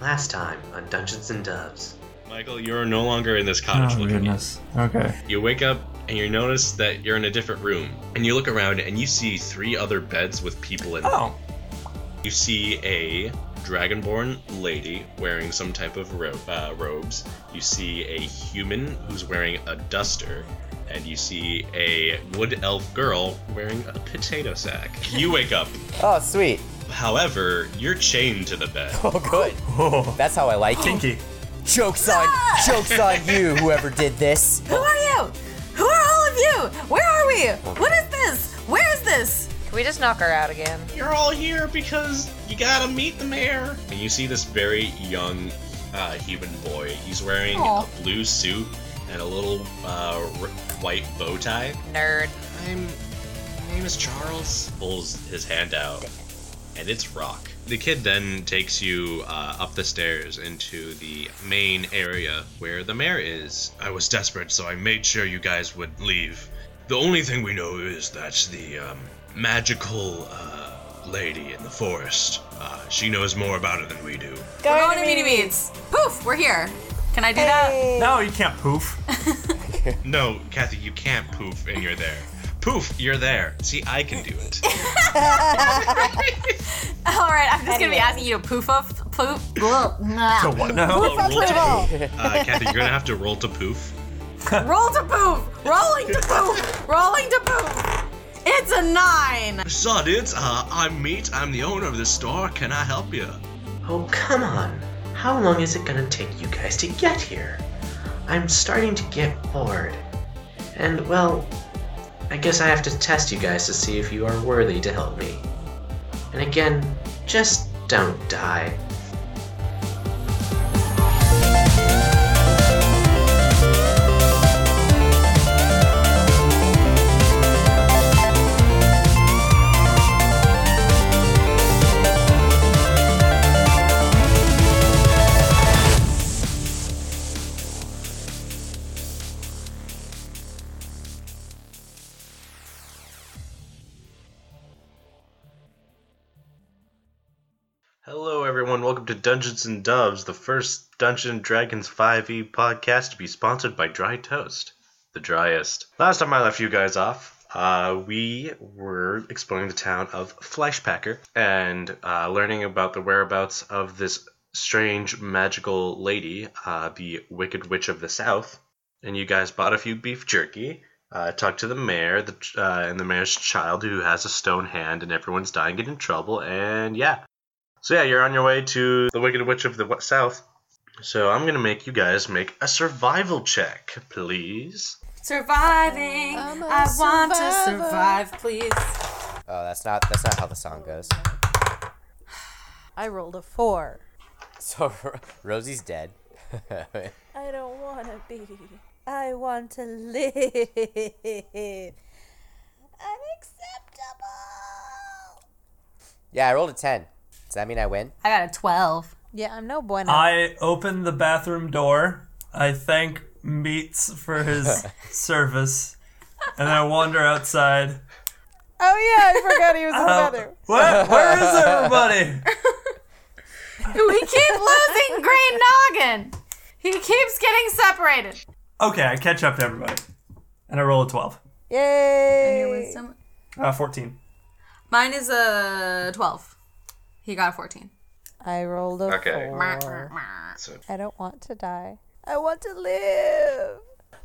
Last time on Dungeons and Dubs. Michael, you're no longer in this cottage Oh, looking. goodness. Okay. You wake up and you notice that you're in a different room. And you look around and you see three other beds with people in them. Oh. You see a dragonborn lady wearing some type of ro- uh, robes. You see a human who's wearing a duster. And you see a wood elf girl wearing a potato sack. You wake up. Oh, sweet. However, you're chained to the bed. Oh, good. Oh. That's how I like it. Kinky. Jokes on, jokes on you, whoever did this. Who are you? Who are all of you? Where are we? What is this? Where is this? Can we just knock her out again? You're all here because you gotta meet the mayor. And you see this very young uh, human boy. He's wearing Aw. a blue suit and a little uh, r- white bow tie. Nerd. I'm. My name is Charles. Pulls his hand out, and it's Rock. The kid then takes you uh, up the stairs into the main area where the mayor is. I was desperate, so I made sure you guys would leave. The only thing we know is that the um, magical uh, lady in the forest. Uh, she knows more about it than we do. We're going to meaty meats. Poof, we're here. Can I do No, you can't poof. No, Kathy, you can't poof, and you're there. Poof, you're there. See, I can do it. that? All right, I'm just gonna be asking you to poof up, poof. Blah, So blah. what now? Oh, roll to poof. Uh, Kathy, you're gonna have to roll to poof. Roll to poof. Rolling to poof. Rolling to poof. It's a nine. So, dudes, uh, I'm Meat. I'm the owner of this store. Can I help you? Oh, come on. How long is it gonna take you guys to get here? I'm starting to get bored. And, well, I guess I have to test you guys to see if you are worthy to help me. And again, just don't die. Hello, everyone. Welcome to Dungeons and Doves, the first Dungeon Dragons 5e podcast to be sponsored by Dry Toast, the driest. Last time I left you guys off, uh, we were exploring the town of Fleischpacker and uh, learning about the whereabouts of this strange magical lady, uh, the Wicked Witch of the South. And you guys bought a few beef jerky. Uh, talked to the mayor the, ch- uh, and the mayor's child who has a stone hand, and everyone's dying, get in trouble, and yeah, so yeah, you're on your way to the Wicked Witch of the West South. So I'm gonna make you guys make a survival check, please. Surviving. I I'm a want to survivor. survive, please. Oh, that's not that's not how the song goes. I rolled a four. So Rosie's dead. I don't want to be. I want to live. Unacceptable. yeah, I rolled a ten. Does that mean I win? I got a twelve. Yeah, I'm no bueno. I open the bathroom door. I thank Meats for his service. And I wander outside. oh yeah, I forgot he was in the bathroom. What? Where is everybody? We keep losing Green Noggin. He keeps getting separated. Okay, I catch up to everybody. And I roll a 12. Yay! Uh, 14. Mine is a 12. He got a 14. I rolled a Okay. Oh. four. So, I don't want to die. I want to live.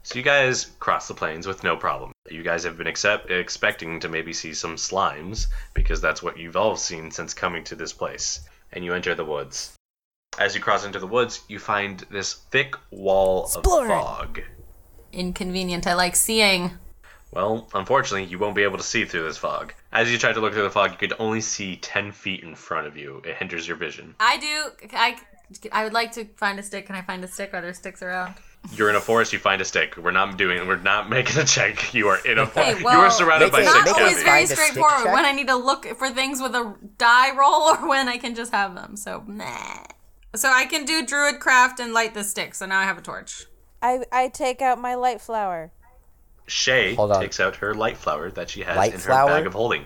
so you guys cross the plains with no problem. You guys have been accept- expecting to maybe see some slimes because that's what you've all seen since coming to this place. And you enter the woods. As you cross into the woods, you find this thick wall Explore it. of fog. Inconvenient. I like seeing. Well, unfortunately, you won't be able to see through this fog. As you try to look through the fog, you could only see 10 feet in front of you. It hinders your vision. I do. I, I would like to find a stick. Can I find a stick? Are there sticks around? You're in a forest. You find a stick. We're not doing. We're not making a check. You are in a forest. well, you are surrounded Make by it- It's not sticks. make it always Kathy. find very a stick straightforward check? when I need to look for things with a die roll or when I can just have them. So, meh. So I can do druid craft and light this stick. So now I have a torch. I I take out my light flower. Shay Hold on. takes out her light flower that she has Light in her flower? bag of holding.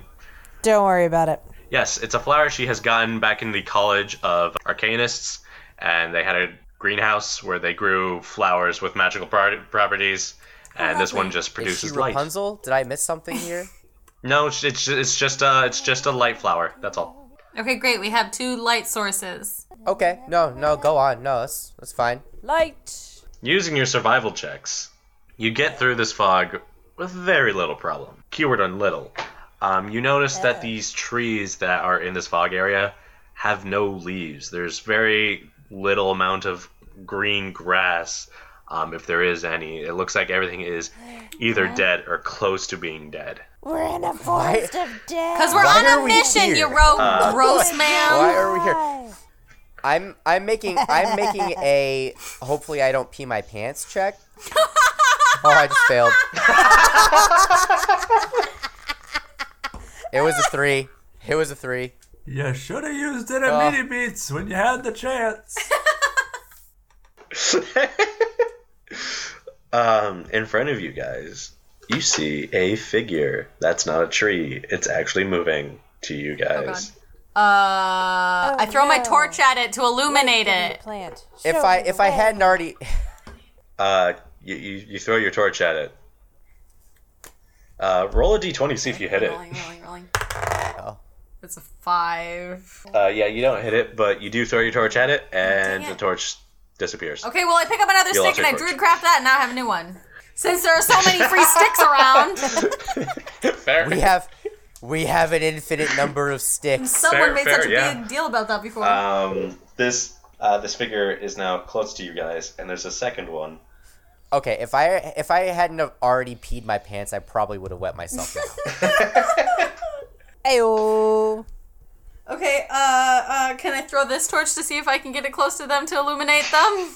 Don't worry about it. Yes, it's a flower she has gotten back in the College of Arcanists, and they had a greenhouse where they grew flowers with magical pro- properties. And this one just Is she produces light. Rapunzel? Did I miss something here? No, it's it's it's just uh it's just a light flower. That's all. Okay, great. We have two light sources. Okay, no, no, go on. No, that's that's fine. Light. Using your survival checks, you get through this fog with very little problem. Keyword on little. Um, you notice that these trees that are in this fog area have no leaves. There's very little amount of green grass, um, if there is any. It looks like everything is either dead or close to being dead. We're in a forest of death. Because we're Why on are a we mission, here? Uh, you ro- gross man. Why are we here? I'm I'm making I'm making a hopefully I don't pee my pants check. Oh, I just failed. it was a three. It was a three. You should have used it at Oh. Mini Beats when you had the chance. um, in front of you guys, you see a figure. That's not a tree. It's actually moving to you guys. Uh, I throw my no. torch at it to illuminate it. Plant. If I if I hadn't already, uh, you, you, you throw your torch at it. Uh, roll a d20, see if you hit it. Rolling, rolling, rolling. Oh. It's a five. Uh, yeah, you don't hit it, but you do throw your torch at it, and Dang it. the torch disappears. Okay, well, I pick up another You lost stick your and I torch. druid craft that, and now I have a new one. Since there are so many free sticks around, Fair. we have we have an infinite number of sticks. someone Fair, made fair, such a yeah. big deal about that before. Um, this uh, this figure is now close to you guys, and there's a second one. Okay, if I if I hadn't have already peed my pants, I probably would have wet myself down. Uh, Ayo. okay, uh, uh, can I throw this torch to see if I can get it close to them to illuminate them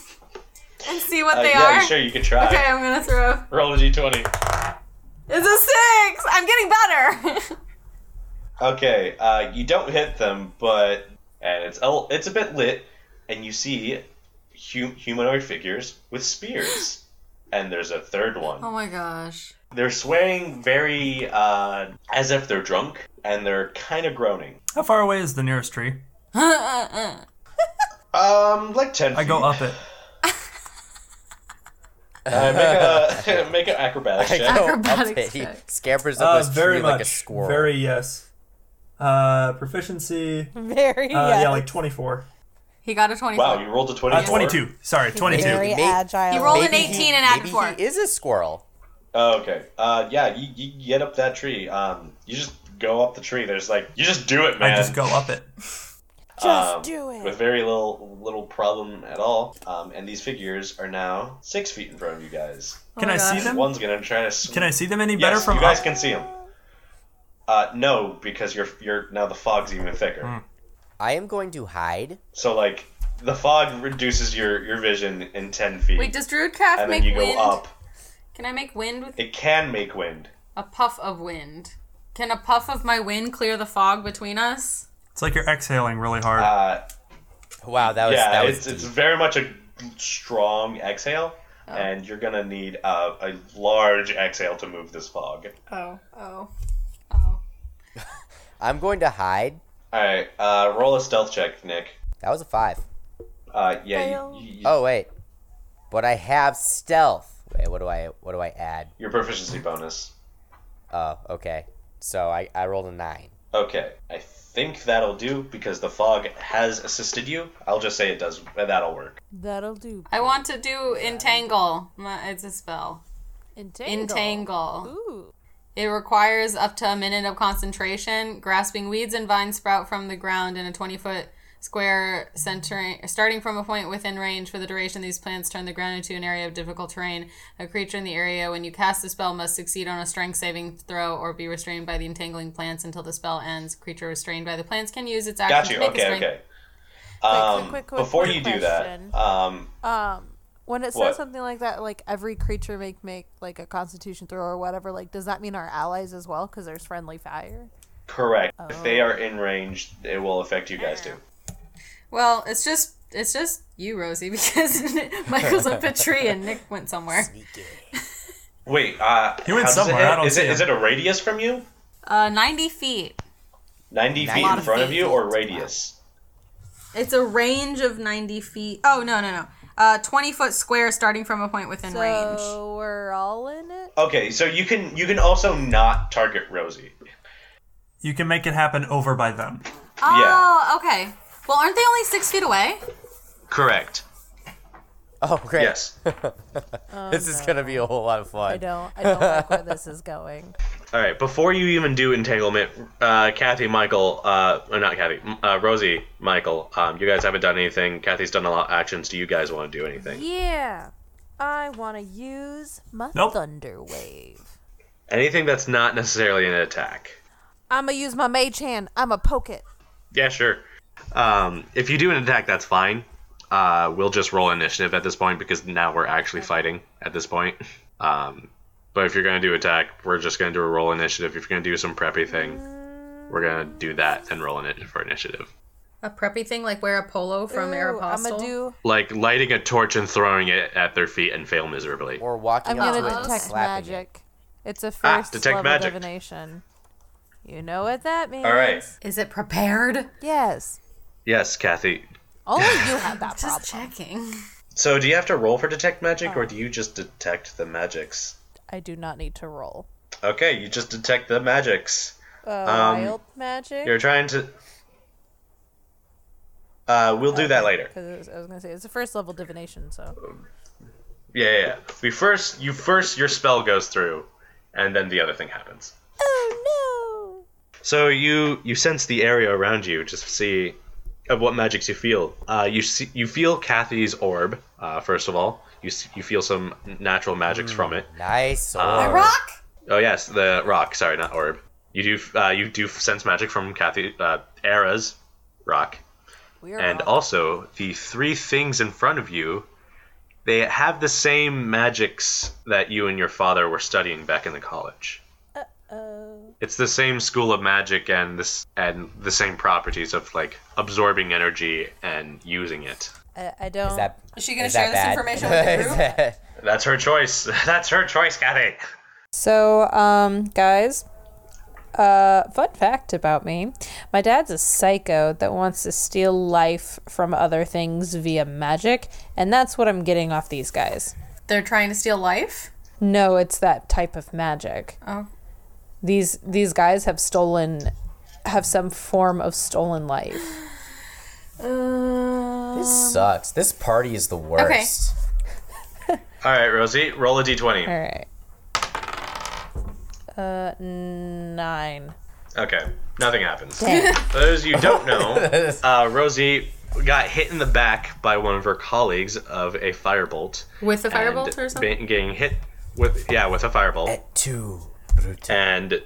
and see what Uh, they yeah, are? sure, you can try. Okay, I'm gonna throw. Roll a d20. It's a six. I'm getting better. Okay, uh, you don't hit them, but and it's a, it's a bit lit, and you see hu- humanoid figures with spears, and there's a third one. oh my gosh. They're swaying very uh, as if they're drunk, and they're kind of groaning. How far away is the nearest tree? Um, like ten. I go up it. Uh, make a make an acrobatics I check. go Acrobatics up it. He check. scampers up Uh, his very tree much. like a squirrel. Very yes. Uh, proficiency. Uh, Very yeah. yes. like 24. He got a 24. Wow, you rolled a twenty. Uh, 22. Sorry, 22. Very Maybe- agile. You roll an Maybe 18 he- and add maybe four. he is a squirrel. Oh, okay. Uh, yeah, you, you get up that tree. Um, you just go up the tree. There's like you just do it, man. I just go up it. Oh Just um, do it. with very little little problem at all. Um, and these figures are now six feet in front of you guys. Can my I see gosh. them? One's gonna try to. Sw- Can I see them any yes, better from you guys up? can see them. Uh, no, because you're you're now the fog's even thicker. Hmm. I am going to hide. So like the fog reduces your your vision in ten feet, Wait, does Druidcraft and make then you go wind? up. Can I make wind with It can make wind. a puff of wind? Can a puff of my wind clear the fog between us? It's like you're exhaling really hard. Uh, Wow, that was yeah, that was it's it's deep. very much a strong exhale, and you're gonna need uh, a large exhale to move this fog. Oh, oh, oh. I'm going to hide. All right, uh, roll a stealth check, Nick. That was a five. Uh, yeah, you, you, Oh wait, but I have stealth. Wait, what do I what do I add? your proficiency bonus. Oh, okay. So I I rolled a nine. Okay, I think that'll do because the fog has assisted you. I'll just say it does. That'll work. That'll do. I want to do entangle. Ma- It's a spell. Entangle. Entangle. Ooh. It requires up to a minute of concentration. Grasping weeds and vines sprout from the ground in a 20 foot square, centering, starting from a point within range. For the duration, these plants turn the ground into an area of difficult terrain. A creature in the area, when you cast the spell, must succeed on a strength saving throw or be restrained by the entangling plants until the spell ends. Creature restrained by the plants can use its action Got to you. make a Okay, strength. okay. Um, quick, quick, before quick you do that, question. um, Um, when it says What? something like that, like every creature make make like a Constitution throw or whatever, like does that mean our allies as well? Because there's friendly fire. correct. If Oh. they are in range, it will affect you guys too. Well, it's just. It's just you, Rosie, because Michael's up a tree and Nick went somewhere. Wait, uh, He went how does it somewhere, I hit? don't is see it him. is it a radius from you? Uh, 90 feet. Ninety feet lot in of front of feet. you, or radius? It's a range of 90 feet. Oh, no, no, no. Uh, 20 foot square starting from a point within range. So we're all in it. Okay, so you can you can also not target Rosie. You can make it happen over by them. Oh, okay. Well, aren't they only six feet away? Correct. Oh, great. Yes. this is going to be a whole lot of fun. Oh, I don't. I don't like where this is going. All right. Before you even do entanglement, uh, Kathy, Michael, uh, or not Kathy, m- uh, Rosie, Michael, um, you guys haven't done anything. Kathy's done a lot of actions. Do you guys want to do anything? Yeah, I want to use my Nope. thunder wave. Anything that's not necessarily an attack. I'ma use my mage hand. I'ma poke it. Yeah, sure. Um, if you do an attack, that's fine. Uh, we'll just roll initiative at this point because now we're actually fighting at this point. Um, but if you're gonna do attack, we're just gonna do a roll initiative. If you're gonna do some preppy thing, we're gonna do that then roll initiative for initiative. A preppy thing like wear a polo from Aeropostale? I'ma do. Like lighting a torch and throwing it at their feet and fail miserably. Or walking I'm up gonna to it and detect slapping it. magic. It's a first Ah, detect level magic. divination. You know what that means. All right. Is it prepared? Yes. Yes, Kathy. Only you have that problem. Just checking. So do you have to roll for detect magic, or do you just detect the magics? I do not need to roll. Okay, you just detect the magics. Uh, Um, wild magic. You're trying to. Uh, we'll do that later. Because I was gonna say it's a first level divination, so Yeah, yeah, yeah. We first, you first, your spell goes through, and then the other thing happens. oh So you you sense the area around you just to see of what magics you feel. Uh, you see, you feel Kathy's orb uh, first of all. You s- you feel some natural magics from it. Nice. Uh, or- Rock? Oh yes, the rock. Sorry, not orb. You do uh, you do sense magic from Kathy uh, Era's rock, we are and wrong. also the three things in front of you. They have the same magics that you and your father were studying back in the college. Oh. It's the same school of magic and this and the same properties of like absorbing energy and using it. I, I don't. Is that, Is she gonna is that share this bad? information with the Is group? that- That's her choice. That's her choice, Kathy. So, um, guys, uh, fun fact about me my dad's a psycho that wants to steal life from other things via magic, and that's what I'm getting off these guys. They're trying to steal life? No, it's that type of magic. Oh. These these guys have stolen have some form of stolen life. Um, this sucks. This party is the worst. All right, Rosie, roll a d20. All right. Uh, nine. Okay, nothing happens. For those you don't know, uh, Rosie got hit in the back by one of her colleagues of a firebolt. With a and firebolt or something? being- Getting hit with yeah with a firebolt, Et tu, Brutus? and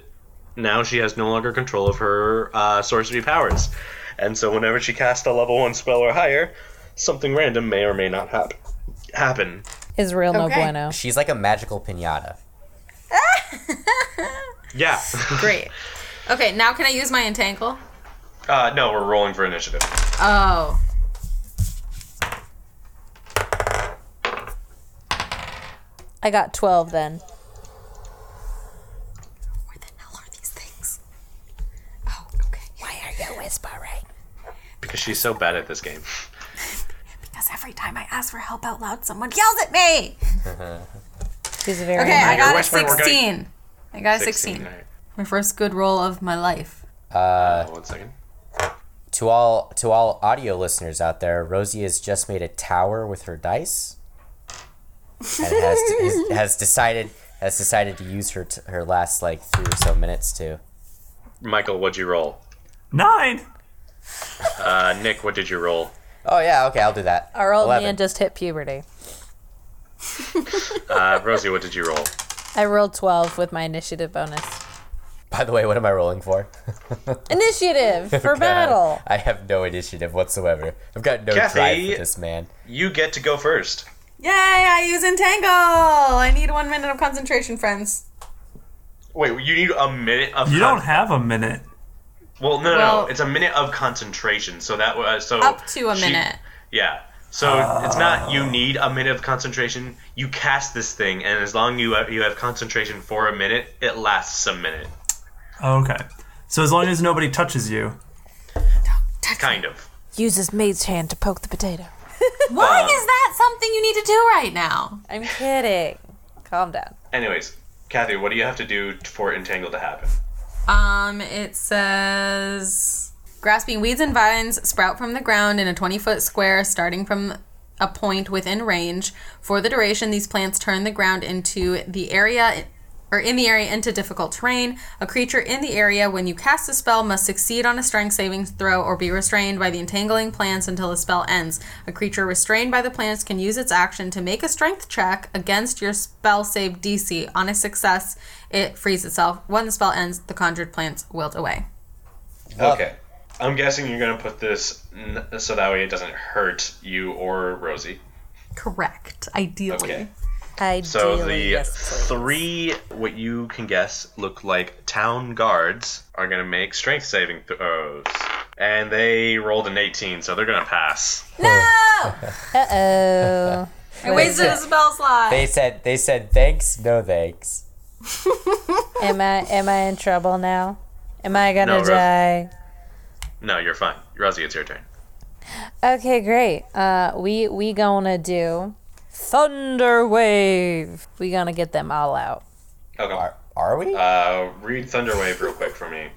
now she has no longer control of her uh, sorcery powers, and so whenever she casts a level one spell or higher, something random may or may not hap- happen. Is real no Okay. bueno. She's like a magical pinata. Yeah. Great. Okay, now can I use my entangle? uh, no, we're rolling for initiative. Oh. I got twelve then. Where the hell are these things? Oh, okay. Why are you whispering? Because she's so bad at this game. Because every time I ask for help out loud, someone yells at me! She's very Okay, I got a whispering, we're gonna- 16. I got a 16. all right. My first good roll of my life. Uh, one second. To all to all audio listeners out there, Rosie has just made a tower with her dice, and has, has, has decided has decided to use her t- her last like three or so minutes to. Michael, what'd you roll? Nine. Uh, Nick, what did you roll? Oh yeah, okay, I'll do that. Our old 11. man just hit puberty. Uh, Rosie, what did you roll? I rolled 12 with my initiative bonus. By the way, what am I rolling for? Initiative for battle. I have no initiative whatsoever. I've got no Kathy. drive for this man. You get to go first. Yay, I use entangle! I need one minute of concentration, friends. Wait, you need a minute of. You con- don't have a minute. Well, no, no, Well- no, it's a minute of concentration. So that was so Up to a she- minute. Yeah. So it's Ah. not you need a minute of concentration. You cast this thing, and as long you uh, you have concentration for a minute, it lasts a minute, Okay. So as long as nobody touches you. Touch me. kind of. Uses maid's hand to poke the potato. Why is that something you need to do right now? I'm kidding. Calm down. Anyways, Kathy, what do you have to do t- for Entangle to happen? Um, it says grasping weeds and vines sprout from the ground in a 20 foot square starting from a point within range. For the duration, these plants turn the ground into the area or in the area into difficult terrain. A creature in the area when you cast a spell must succeed on a strength saving throw or be restrained by the entangling plants until the spell ends. A creature restrained by the plants can use its action to make a strength check against your spell save DC. On a success, it frees itself. When the spell ends, the conjured plants wilt away. Uh, Okay. I'm guessing you're going to put this n- so that way it doesn't hurt you or Rosie. Correct. Ideally. Okay. Ideally, So the yes, please. three, what you can guess, look like town guards are going to make strength saving throws. And they rolled an 18, so they're going to pass. No! Uh-oh. I wasted a spell slot. They said they said thanks, no thanks. am I am I in trouble now? Am I gonna No, Rose. die? No, you're fine. Rosie, it's your turn. Okay, great. Uh, we we gonna do thunder wave. We gonna get them all out. Okay. Are, are we? Uh, read Thunderwave real quick for me.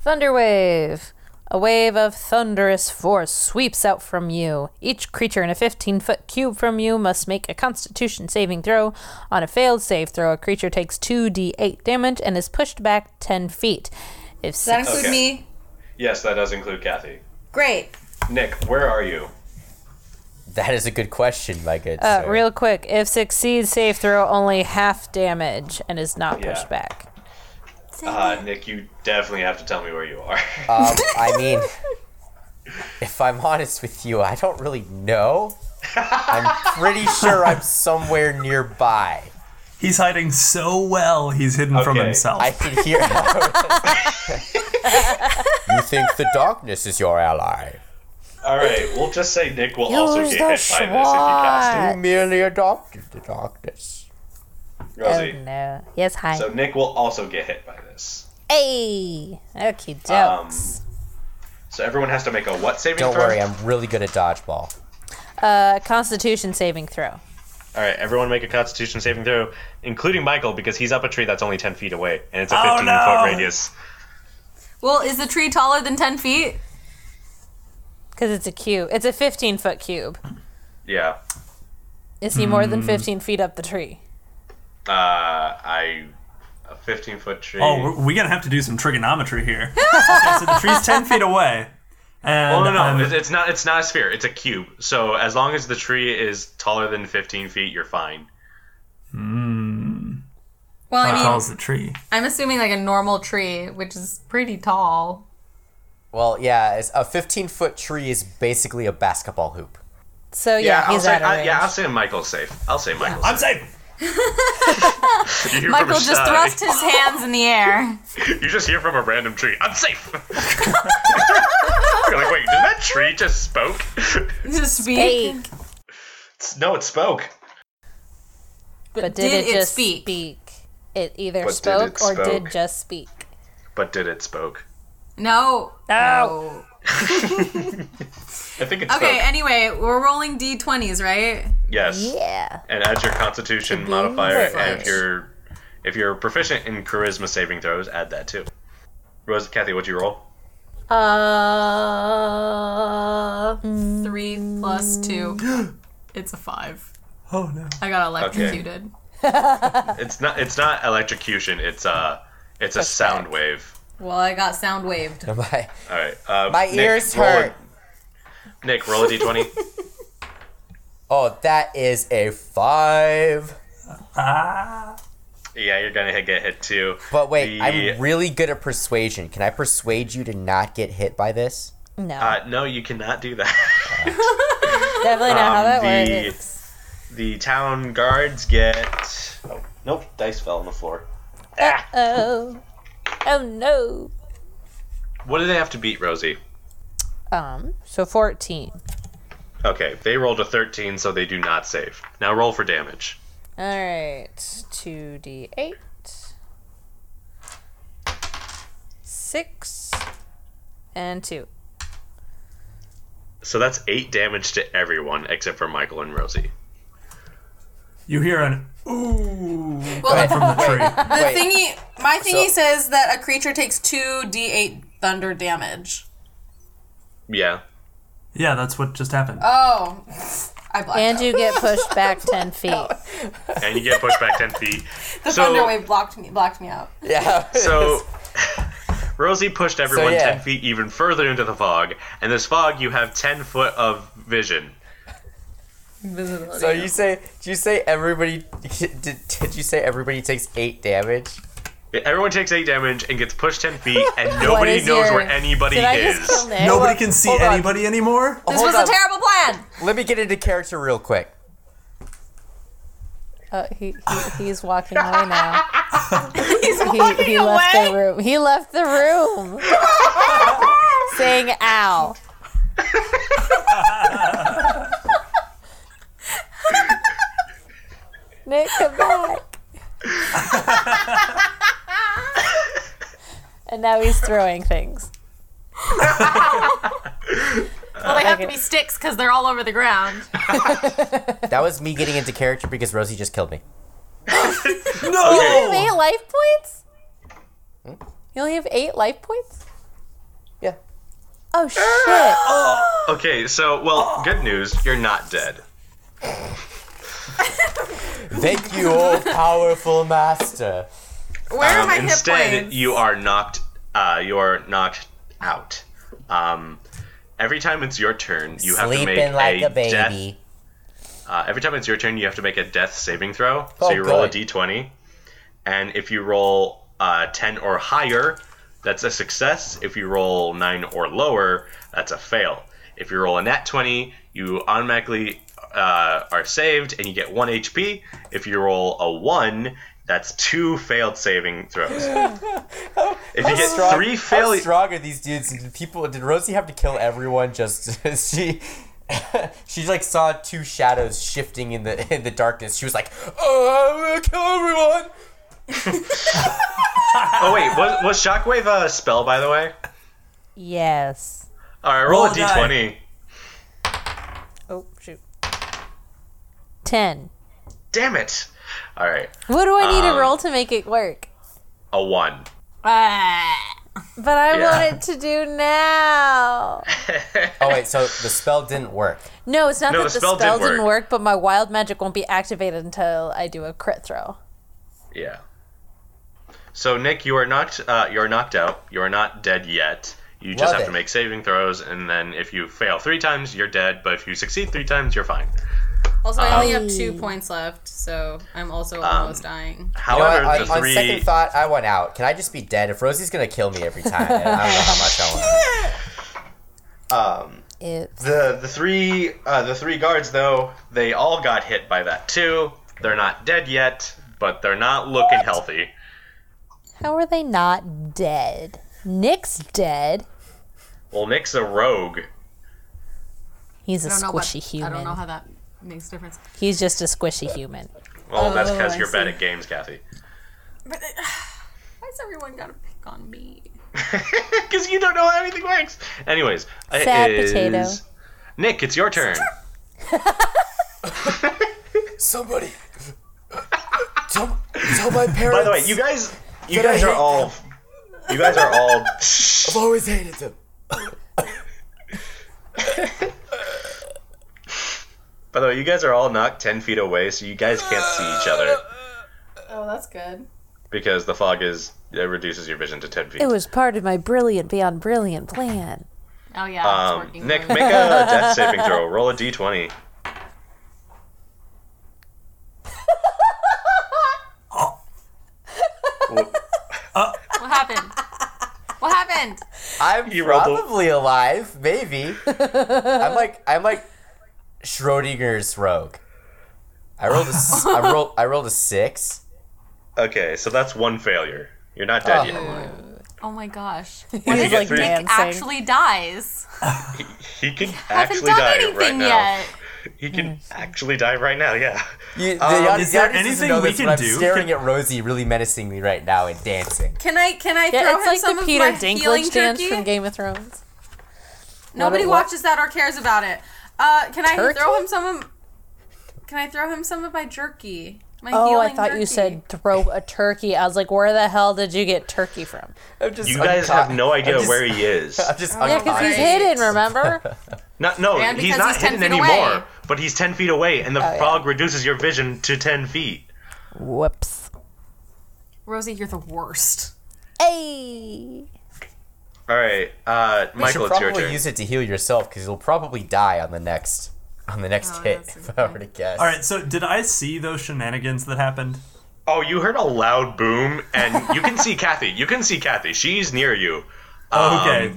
Thunder wave. A wave of thunderous force sweeps out from you. Each creature in a 15 foot cube from you must make a constitution saving throw. On a failed save throw, a creature takes 2d8 damage and is pushed back 10 feet. If Does that so, include Okay. me? Yes, that does include Kathy. Great. Nick, where are you? that is a good question, my good uh, sir. real quick, if succeeds, save throw only half damage and is not pushed Yeah. back. Uh, Nick, you definitely have to tell me where you are. Um, I mean, if I'm honest with you, I don't really know. I'm pretty sure I'm somewhere nearby. He's hiding so well, he's hidden from Okay. himself. I can hear. you think the darkness is your ally? All right, we'll just say Nick will also get hit by this if you cast You merely adopted the darkness. it. Oh Rosie. no. Yes, hi. So Nick will also get hit by this. hey! Okay, Um, dokes. So everyone has to make a what saving Don't throw? worry, I'm really good at dodgeball. Um, uh, constitution saving throw. All right, everyone make a Constitution saving throw, including Michael because he's up a tree that's only ten feet away and it's a Oh, fifteen no. foot radius. Well, is the tree taller than 10 feet? Because it's a cube. It's a 15 foot cube. Yeah. Is he more Hmm. than 15 feet up the tree? Uh, I a fifteen foot tree. Oh, we're, we're gonna have to do some trigonometry here. okay, so the tree's ten feet away, and Oh no, no, I'm- it's- it's not. It's not a sphere. It's a cube. So as long as the tree is taller than fifteen feet, you're fine. Well, I how mean, tall is the tree? I'm assuming like a normal tree, which is pretty tall. Well, yeah, it's, a 15 foot tree is basically a basketball hoop. So Oh, yeah, I'll he's say. out of I, range. yeah, I'll say Michael's safe. I'll say Michael's. I'm safe. safe. You hear from Michael a just shy. thrust his hands in the air. You just hear from a random tree. I'm safe. you're like, wait, did that tree just spoke? Just speak. no, it spoke. but did, it, just speak? It either But did spoke it or did spoke? just speak. But did it spoke? No. Oh. No. I think it spoke. Okay, anyway, we're rolling d20s, right? Yes. Yeah. And add your Constitution be modifier, and proficient. if you're if you're proficient in Charisma saving throws, add that too. Rose, Kathy, what'd you roll? Uh, 3 plus 2. It's a 5. Oh no. I got electrocuted. Uh. It's not. It's not electrocution. It's uh. It's a sound wave. Well, I got sound waved. My, All right. Uh, my Nick, ears roll a- hurt. Nick, roll a d20. Oh, that is a five. Ah. yeah, you're gonna hit, get hit too. But wait, The- I'm really good at persuasion. Can I persuade you to not get hit by this? No. Uh, no, you cannot do that. Definitely not Um, how that the- works. the town guards get. Oh, nope. Dice fell on the floor. Oh. Oh no. What do they have to beat, Rosie? Um, so 14. Okay, they rolled a 13, so they do not save. Now roll for damage. Alright, 2d8. 6 and 2. So that's eight damage to everyone except for Michael and Rosie. You hear an ooh Well, from the tree. the thingy, my thingy So- says that a creature takes two d8 thunder damage. Yeah. Yeah, that's what just happened. Oh, I blocked. And you get pushed back 10 feet. And you get pushed back 10 feet. the so- thunder wave blocked me. Blocked me out. Yeah. So Rosie pushed everyone yeah. 10 feet even further into the fog. And this fog, you have 10 foot of vision. Invisibility. So Oh, you say? Did you say everybody? Did, did you say everybody takes eight damage? Everyone takes 8 damage and gets pushed 10 feet, and nobody is knows your- where anybody Did I is. just kill Nick? Nobody can see hold on. anybody anymore. this Hold was on. a terrible plan. Let me get into character real quick. Uh, he, he, he's walking away now. He's He, walking he left the away. room. He left the room. saying ow. Nick, come back. and now he's throwing things. Well, they have to Okay. be sticks because they're all over the ground. That was me getting into character because Rosie just killed me. No. You only have eight life points? You only have eight life points? Yeah. Oh shit. Okay, so, well, Oh. good news. You're not dead. Thank you, all powerful master. Where are Um, my hit instead, points? you are knocked. Uh, you are knocked out. Um, every time it's your turn, you have to make Sleeping like a, death. baby. Uh, every time it's your turn, you have to make a death saving throw. Oh, so you roll a good. d20, and if you roll uh, 10 or higher, that's a success. If you roll 9 or lower, that's a fail. If you roll a nat 20, you automatically uh, are saved and you get 1 HP. If you roll a 1, that's two failed saving throws. if you get Strong- three How failed, strong are these dudes? Did people? Did Rosie have to kill everyone? Just she, she like saw two shadows shifting in the in the darkness. She was like, "Oh, I'm gonna kill everyone." oh wait, was, was Shockwave a spell by the way? Yes. All right, roll, Roll a a d20. Oh shoot. Ten. Damn it! All right, What do I need to roll to make it work? a one. uh, Ah. But I yeah. want it to do now. Oh wait, so the spell didn't work. No, it's not No, that the the spell spell, did didn't work. work. but my wild magic won't be activated until I do a crit throw. Yeah. So Nick, you are knocked. Uh, you are knocked out. You are not dead yet. You just Love have it. to make saving throws, and then if you fail three times, you're dead. But if you succeed three times, you're fine. Also, I only have two points left, so I'm also almost dying. You know However, what, the on, on three. second thought, I want out. Can I just be dead? If Rosie's gonna kill me every time, I don't know how much I want. um, It's the the three uh, the three guards though they all got hit by that too. They're not dead yet, but they're not looking healthy. how are they not dead? Nick's dead. Well, Nick's a rogue. He's a I don't know what- squishy human. I don't know how that makes a difference. He's just a squishy human. Well, that's Oh, because I you're bad see. at games, Kathy. But it, why's everyone gotta pick on me? Because you don't know how everything works. Anyways, it Sad is- potato. Nick, it's your turn. Somebody, tell, tell my parents. By the way, you guys, you Did I guys are hit all, you guys are all. always hated them. By the way, you guys are all knocked ten feet away, so you guys can't see each other Oh, that's good. because the fog is it reduces your vision to ten feet. It was part of my brilliant beyond brilliant plan. Oh yeah, it's Um, working. Nick, really make a death saving throw. Roll a d20. What happened? What happened? I'm You rolled a- probably alive, maybe. I'm like I'm like Schrodinger's rogue. I rolled a s- I rolled I rolled a six. Okay, so that's one failure. You're not dead Oh my gosh. yet. He's like Nick dancing. actually dies. he can Haven't actually done die anything right now. yet. He can actually die right now. Yeah. You, the Um, audience- is there the audience anything doesn't know we this, can but I'm do? staring at Rosie really menacingly right now and dancing. Can I can I Yeah, throw him it's like some the of Peter my healing Dinklage dance jerky? from Game of Thrones. Nobody what- watches that or cares about it. Uh, can I Turkey? throw him some of? Can I throw him some of my jerky? My Oh, I healing thought jerky. you said throw a turkey. I was like, where the hell did you get turkey from? I'm just You guys have uncon- no idea I'm just- where he is. I'm just Yeah, because unconscious. he's Sorry. hidden, remember? Not, no, And he's because not he's 10 hidden feet anymore, away. but he's 10 feet away, and the Oh, yeah. fog reduces your vision to 10 feet. Whoops. Rosie, you're the worst. Hey. All right, uh, You Michael, should it's your probably turn. use it to heal yourself because you'll probably die on the next on the next Oh, hit. that's a If I were to guess. All right, so did I see those shenanigans that happened? Oh, you heard a loud boom, and you can see Kathy. You can see Kathy. She's near you, Um, Okay,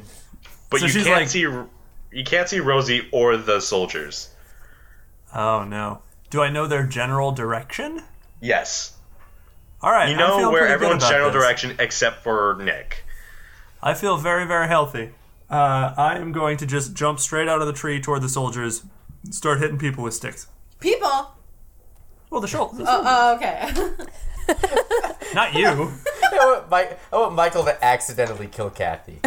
but So you she's can't like- see you can't see Rosie or the soldiers. Oh no. Do I know their general direction? Yes, All right. you I feel know where pretty good everyone's about general this. direction except for Nick. I feel very, very healthy. Uh, I am going to just jump straight out of the tree toward the soldiers, start hitting people with sticks. People. Well, the shoulders. Oh, okay. Not you. I want, Mi- I want Michael to accidentally kill Kathy.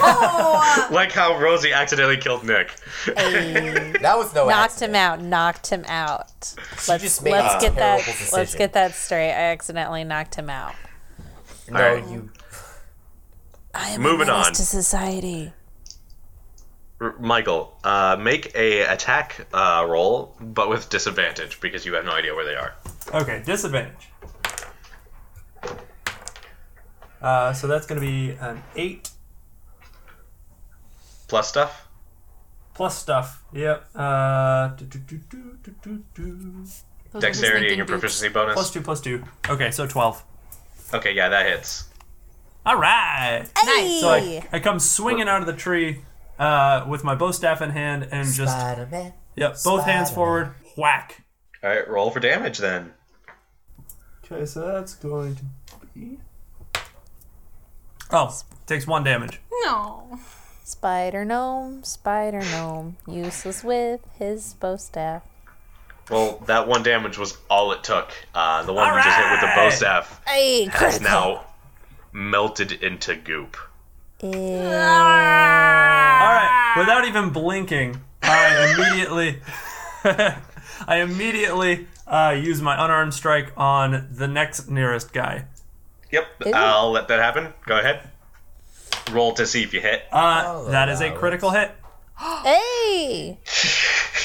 Like how Rosie accidentally killed Nick. That was no Knocked him accident. out. Knocked him out. Let's, just made let's a get that terrible let's decision. get that straight. I accidentally knocked him out. No, Alright. you. I am Moving a menace on. to society. R- Michael, uh, make a attack uh, roll, but with disadvantage because you have no idea where they are. Okay, disadvantage. Uh, so that's going to be an eight Plus stuff. plus stuff. Yep. Uh, do, do, do, do, do, do, do. Those are his Dexterity and thinking your beats. proficiency bonus. Plus two, plus two. Okay, so twelve. Okay, yeah, that hits. All right. Nice. So I, I come swinging out of the tree uh, with my bow staff in hand and just Spider-Man. yep, both hands Spider-Man. forward, whack. All right, roll for damage then. Okay, so that's going to be. Oh, takes one damage. No. Spider gnome, spider gnome, useless with his bow staff. Well, that one damage was all it took. Uh, the one you just hit with the bow Alright! staff Hey, has now melted into goop. All right, without even blinking, I immediately, I immediately uh, use my unarmed strike on the next nearest guy. Yep, I'll let that happen. Go ahead. Roll to see if you hit. Uh, Oh, that is a wow. critical hit. Hey,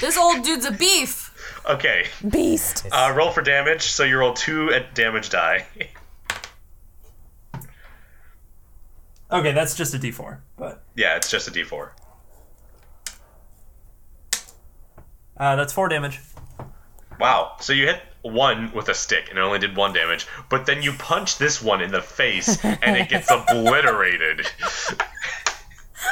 This old dude's a beef. Okay, beast. uh, roll for damage. So you roll two at damage die. Okay, that's just a D4, but yeah, it's just a d4. uh, that's four damage. Wow. So you hit one with a stick and it only did one damage, but then you punch this one in the face and it gets obliterated.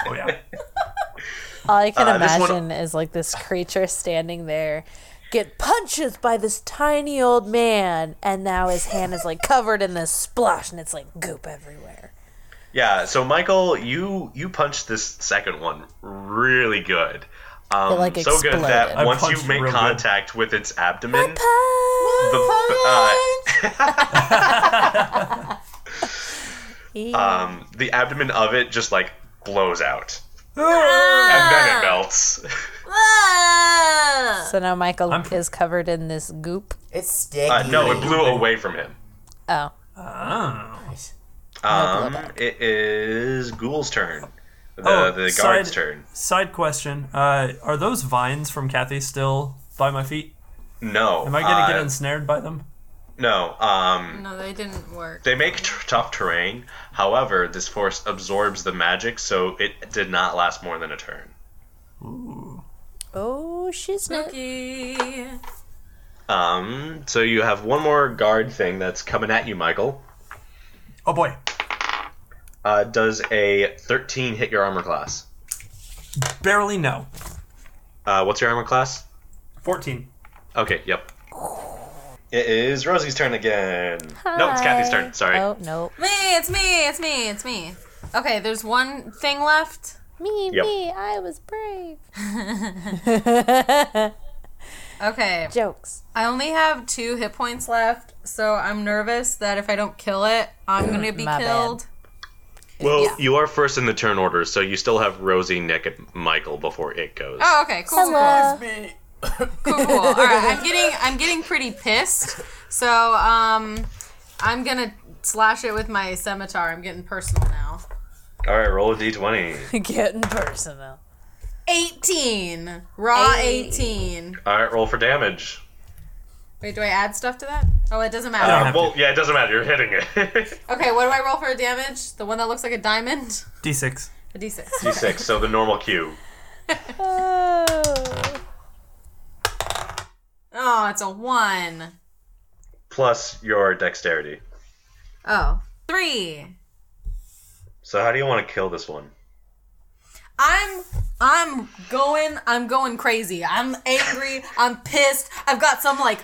Oh yeah. All I can Uh, this one- imagine is like this creature standing there, get punches by this tiny old man, and now his hand is like covered in this splash, and it's like goop everywhere. Yeah, so Michael, you you punched this second one really good. Um, It, like, so good that exploded. I once you punched make real good. contact with its abdomen, the, uh, um, the abdomen of it just like blows out, Ah. and then it melts. So now Michael is covered in this goop. It's sticky. Uh, no, it blew away from him. Oh, Oh. Um, it is Ghoul's turn. The, Oh, the side- guard's turn. Side question: uh, Are those vines from Kathy still by my feet? No. Am I gonna uh, get ensnared by them? No. Um, No, they didn't work. They make tr tough terrain. However, this force absorbs the magic, so it did not last more than a turn. oh, she's not. Spooky. Um, so you have one more guard thing that's coming at you, Michael. Oh boy. Uh, does a 13 hit your armor class? Barely no. Uh, what's your armor class? Fourteen. Okay, yep. It is Rosie's turn again. No, it's Kathy's turn. Sorry. Oh nope. Me, it's me, it's me, it's me. Okay, there's one thing left. Me, Yep. me, I was brave. Okay, Jokes. I only have two hit points left, so I'm nervous that if I don't kill it, I'm gonna be Mm, My bad. killed. Well, Yeah. you are first in the turn order, so you still have Rosie, Nick, and Michael before it goes. Oh, okay, cool, cool, cool. Hello. cool, cool. All right, I'm getting I'm getting pretty pissed. So um, I'm gonna slash it with my scimitar. I'm getting personal now. All right, roll a d20. Getting personal. 18 raw Hey. 18 All right, roll for damage. wait do i add stuff to that oh it doesn't don't matter Uh, have well, yeah, it doesn't matter. You're hitting it. okay what do i roll for damage the one that looks like a diamond D6. a d6 d6, so the normal cube. Oh. oh it's a one. Plus your dexterity. Oh. Three. So how do you want to kill this one? i'm i'm going i'm going crazy i'm angry i'm pissed i've got some like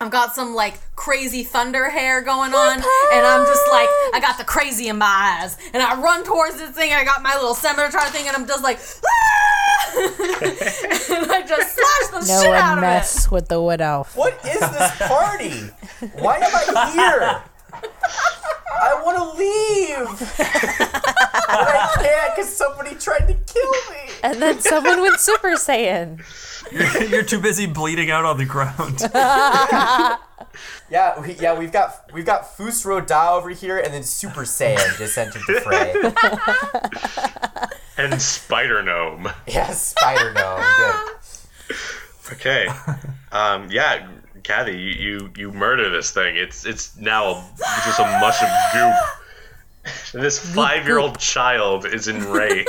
I've got some like crazy thunder hair going on, and I'm just like, I got the crazy in my eyes, and I run towards this thing, and I got my little scimitar thing, and I'm just like, "Ah!" and I just slash the No shit out one of mess with the wood elf. What is this party? Why am I here? I want to leave. but I can't because somebody tried to kill me. And then someone went Super Saiyan. You're too busy bleeding out on the ground. Yeah, we, yeah, we've got we've got Fus Roda over here, and then Super Saiyan just entered the fray. And Spider Gnome. Yeah, Spider Gnome. Good. Okay. Um, yeah, Kathy, you, you you murder this thing. It's it's now a, just a mush of goop. This five year old child is enraged.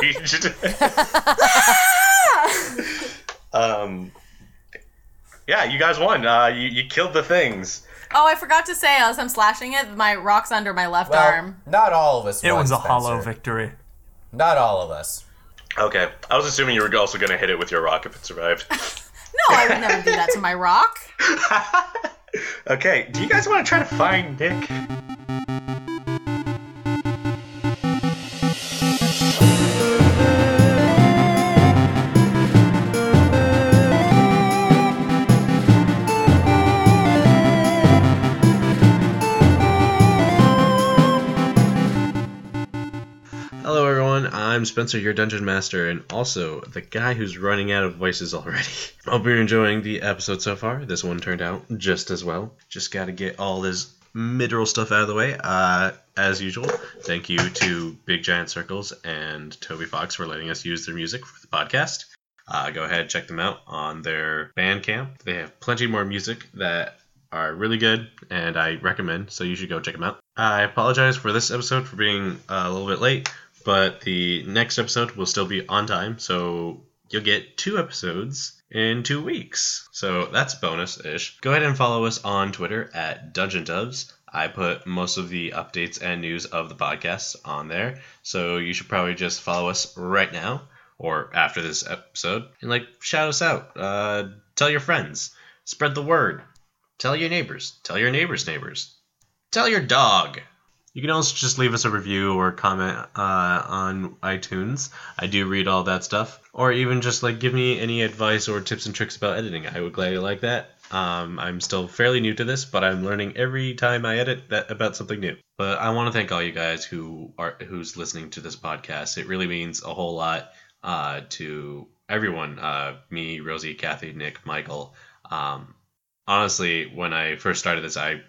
um, yeah, you guys won. Uh, you, you killed the things. it. Oh, I forgot to say, as I'm slashing it, my rock's under my left Well, arm. not all of us. It won, was a Spencer. hollow victory. Not all of us. Okay. I was assuming you were also going to hit it with your rock if it survived. No, I would never do that to my rock. Okay. Do you guys want to try to find Nick? Hello, everyone. I'm Spencer, your dungeon master, and also the guy who's running out of voices already. Hope you're enjoying the episode so far. This one turned out just as well. Just got to get all this mineral stuff out of the way. Uh, as usual, thank you to Big Giant Circles and Toby Fox for letting us use their music for the podcast. Uh, go ahead, check them out on their Bandcamp. They have plenty more music that are really good and I recommend, so you should go check them out. I apologize for this episode for being uh, a little bit late, but the next episode will still be on time, so you'll get two episodes in two weeks. So that's bonus ish. Go ahead and follow us on Twitter at Dungeon Doves. I put most of the updates and news of the podcast on there, so you should probably just follow us right now or after this episode and like shout us out. Uh, tell your friends, spread the word. Tell your neighbors. Tell your neighbors' neighbors. Tell your dog. You can also just leave us a review or comment uh, on iTunes. I do read all that stuff. Or even just like give me any advice or tips and tricks about editing. I would gladly like that. Um, I'm still fairly new to this, but I'm learning every time I edit that about something new. But I want to thank all you guys who are who's listening to this podcast. It really means a whole lot uh, to everyone. Uh, me, Rosie, Kathy, Nick, Michael. Um, honestly, when I first started this, I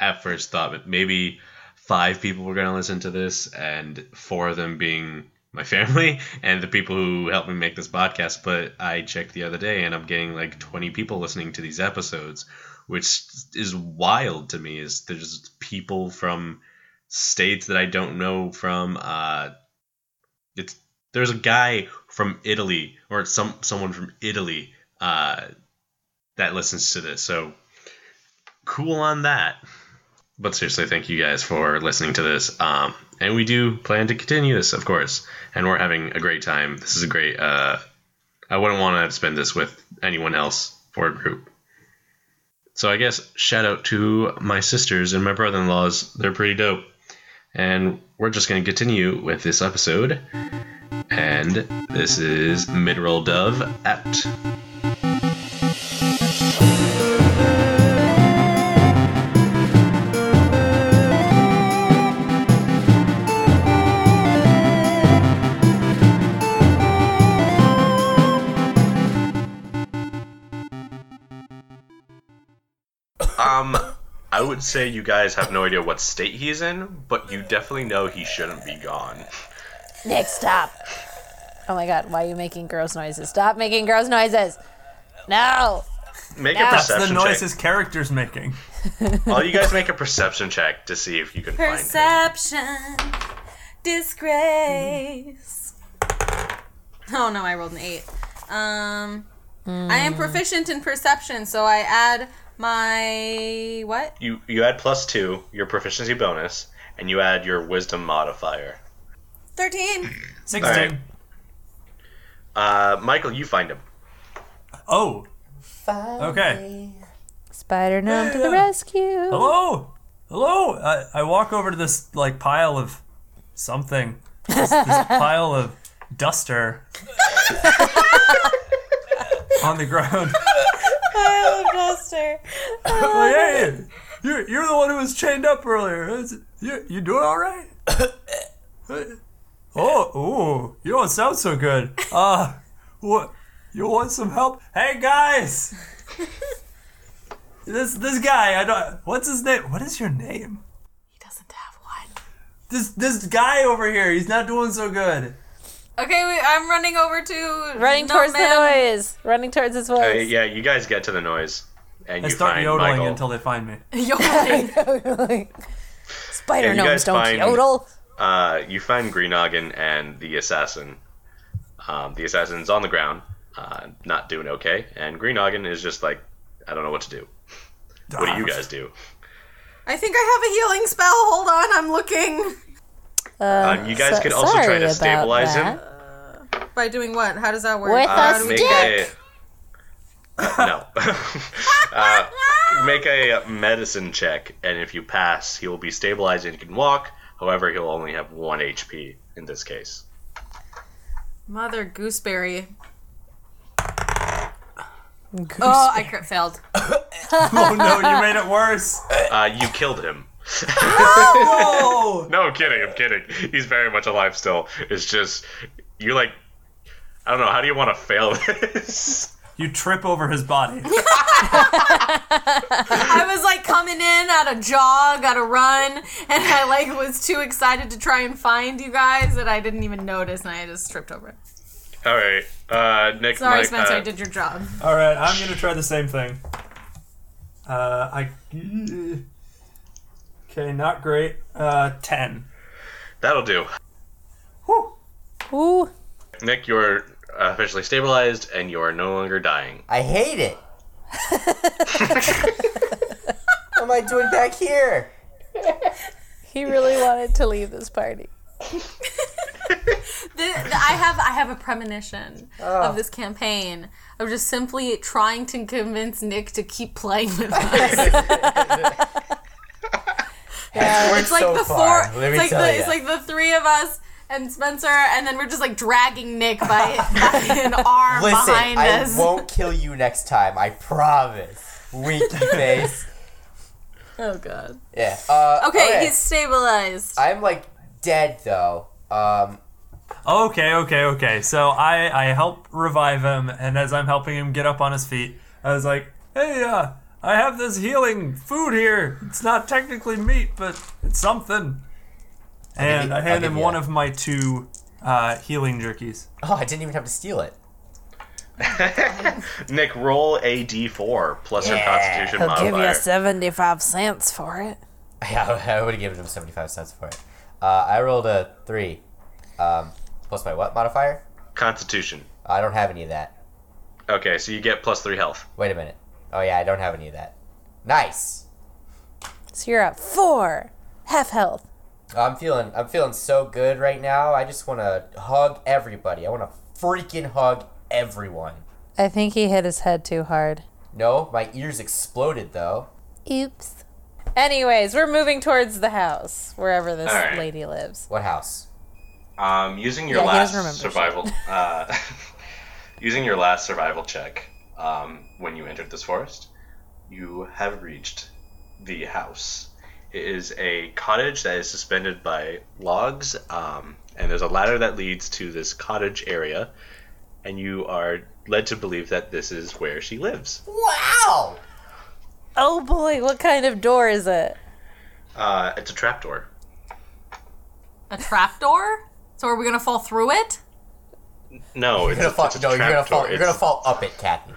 at first thought that maybe five people were going to listen to this, and four of them being my family and the people who helped me make this podcast. But I checked the other day, and I'm getting like 20 people listening to these episodes, which is wild to me. Is there's people from states that I don't know from. Uh, it's there's a guy from Italy or some someone from Italy. Uh, that listens to this. So cool on that. But seriously, thank you guys for listening to this. Um, and we do plan to continue this, of course. And we're having a great time. This is a great. Uh, I wouldn't want to spend this with anyone else for a group. So I guess shout out to my sisters and my brother-in-laws. They're pretty dope. And we're just going to continue with this episode. And this is Midroll Dove out. Um, I would say you guys have no idea what state he's in, but you definitely know he shouldn't be gone. Nick, stop. Oh my god, why are you making gross noises? Stop making gross noises. No. Make a Yeah. That's That's the perception noise check. his character's making. All you guys make a perception check to see if you can find him. Perception, disgrace. Oh no, I rolled an eight. Um, I am Hmm. proficient in perception, so I add my what? You you add plus two your proficiency bonus, and you add your wisdom modifier. Thirteen. 16. Alright. Uh, Michael, you find him. Oh. Okay. Spider Gnome to the rescue. Oh, Hello. Hello. I, I walk over to this like pile of something. This, this pile of duster on the ground. Buster. Like, hey, you're, you're the one who was chained up earlier. Is- You, you doing all right? oh, ooh, you don't sound so good. Uh, what? You want some help? Hey guys, this this guy. I don't. What's his name? What is your name? He doesn't have one. This this guy over here. He's not doing so good. Okay, we, I'm running over to Running no towards man. the noise. Running towards his Uh, voice. yeah, you guys get to the noise, and I you start find yodeling Michael. until they find me. Yodeling. Spider Yeah, you gnomes guys don't find- yodel. uh, you find Greenoggin and the assassin. Um, the assassin's on the ground, uh, not doing okay, and Greenoggin is just like, I don't know what to do. What do you Uh, guys do? I think I have a healing spell. Hold on, I'm looking. Um, you guys Uh, so- could also try sorry to about stabilize him. that. By doing what? How does that work? With How a do we- Make a Uh, no. Uh, make a medicine check, and if you pass, he will be stabilized and he can walk. However, he'll only have one HP in this case. Mother gooseberry. Oh, I crit failed. Oh no, you made it worse. Uh, you killed him. Oh, No, I'm kidding. I'm kidding. He's very much alive still. It's just you're like, I don't know. How do you want to fail this? you trip over his body. I was like coming in at a jog, at a run, and I like was too excited to try and find you guys that I didn't even notice, and I just tripped over. it. All right, uh, Nick. Sorry, Mike, Spencer, uh, I did your job. All right, I'm gonna try the same thing. Uh, I. Okay, not great. Uh, ten. That'll do. Whew. Ooh. Nick, you're officially stabilized and you are no longer dying. I hate it. what am I doing back here? He really wanted to leave this party. The- the- I have I have a premonition Oh. of this campaign of just simply trying to convince Nick to keep playing with us. it's like so the far, four. let me It's like tell the, ya. it's like the three of us. And Spencer, and then we're just like dragging Nick by, by an arm Listen, behind I us. won't kill you next time. I promise. Winky face. Oh god. Yeah. Uh, Okay, he's stabilized. I'm like dead though. Um, Okay, okay, okay. So I I help revive him, and as I'm helping him get up on his feet, I was like, "Hey, uh, I have this healing food here. It's not technically meat, but it's something." And you- I I'll hand give him you one that. of my two uh, healing jerkies. oh, I didn't even have to steal it. Nick, roll a d4 plus your Yeah. Constitution modifier. 75 cents for it. Yeah, I would have given him seventy-five cents for it. Uh, I rolled a three. Um, plus my what modifier? Constitution. I don't have any of that. Okay, so you get plus three health. Wait a minute. Oh yeah, I don't have any of that. Nice. So you're at four. Half health. I'm feeling I'm feeling so good right now. I just want to hug everybody. I want to freaking hug everyone. I think he hit his head too hard. No, my ears exploded though. Oops. Anyways, we're moving towards the house, wherever this All right. lady lives. What house? Um, using your Yeah, he doesn't last remember survival, uh, using your last survival check, um, when you entered this forest, you have reached the house. It is a cottage that is suspended by logs, um, and there's a ladder that leads to this cottage area, and you are led to believe that this is where she lives. Wow. Oh Oh boy, what kind of door is it? Uh, it's a trapdoor. A trapdoor? So are we gonna fall through it? No, it's, You're gonna fall, it's a no, you're gonna fall. trapdoor. You're gonna It's- fall up it, Kathy.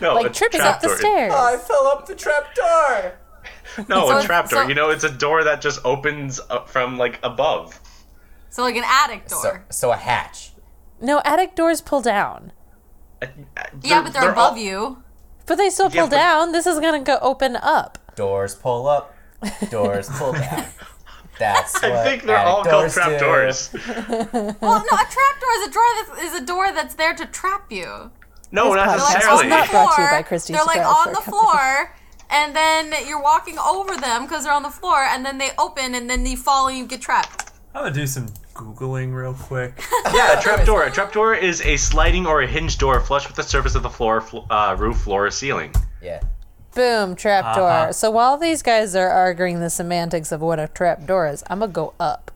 No, Like it's a trip is up the trapdoor. It- stairs. fell up the trap door. No, So- a trapdoor. so- You know, it's a door that just opens up from like above. So like an attic door. So, so a hatch. no, attic doors pull down. yeah, but they're, above all- you. But they still Yeah, pull but- down. This is gonna go open up. Doors pull up. Doors pull down. That's what I think they're attic all called doors do. trapdoors. Well, no, a trapdoor is a door that is a door that's there to trap you. No, not podcast is necessarily. not floor, brought to you by Christie's They're like Brown on Sugar the Company. floor, and then you're walking over them because they're on the floor, and then they open, and then you fall and you get trapped. I'm gonna do some googling real quick. Yeah, a trapdoor. A trapdoor is a sliding or a hinge door flush with the surface of the floor, fl- uh, roof, floor, or ceiling. Yeah. Boom, trapdoor. Uh-huh. So while these guys are arguing the semantics of what a trapdoor is, I'm gonna go up.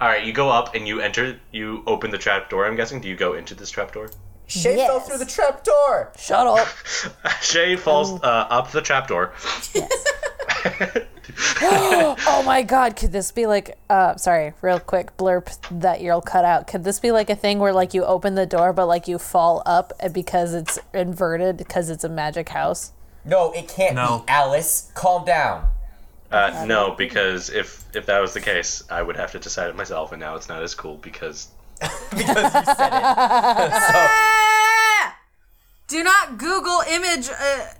All right, you go up and you enter. You open the trapdoor. I'm guessing. Do you go into this trapdoor? Shay fell Yes. through the trap door. Shut up. Shay falls uh, up the trapdoor. oh my god, could this be like uh sorry, real quick blurb that you'll cut out. Could this be like a thing where like you open the door but like you fall up and because it's inverted because it's a magic house? No, it can't No. be. Alice, calm down. Uh, no, because if if that was the case, I would have to decide it myself, and now it's not as cool because Because you said it. Ah! Do not Google image uh,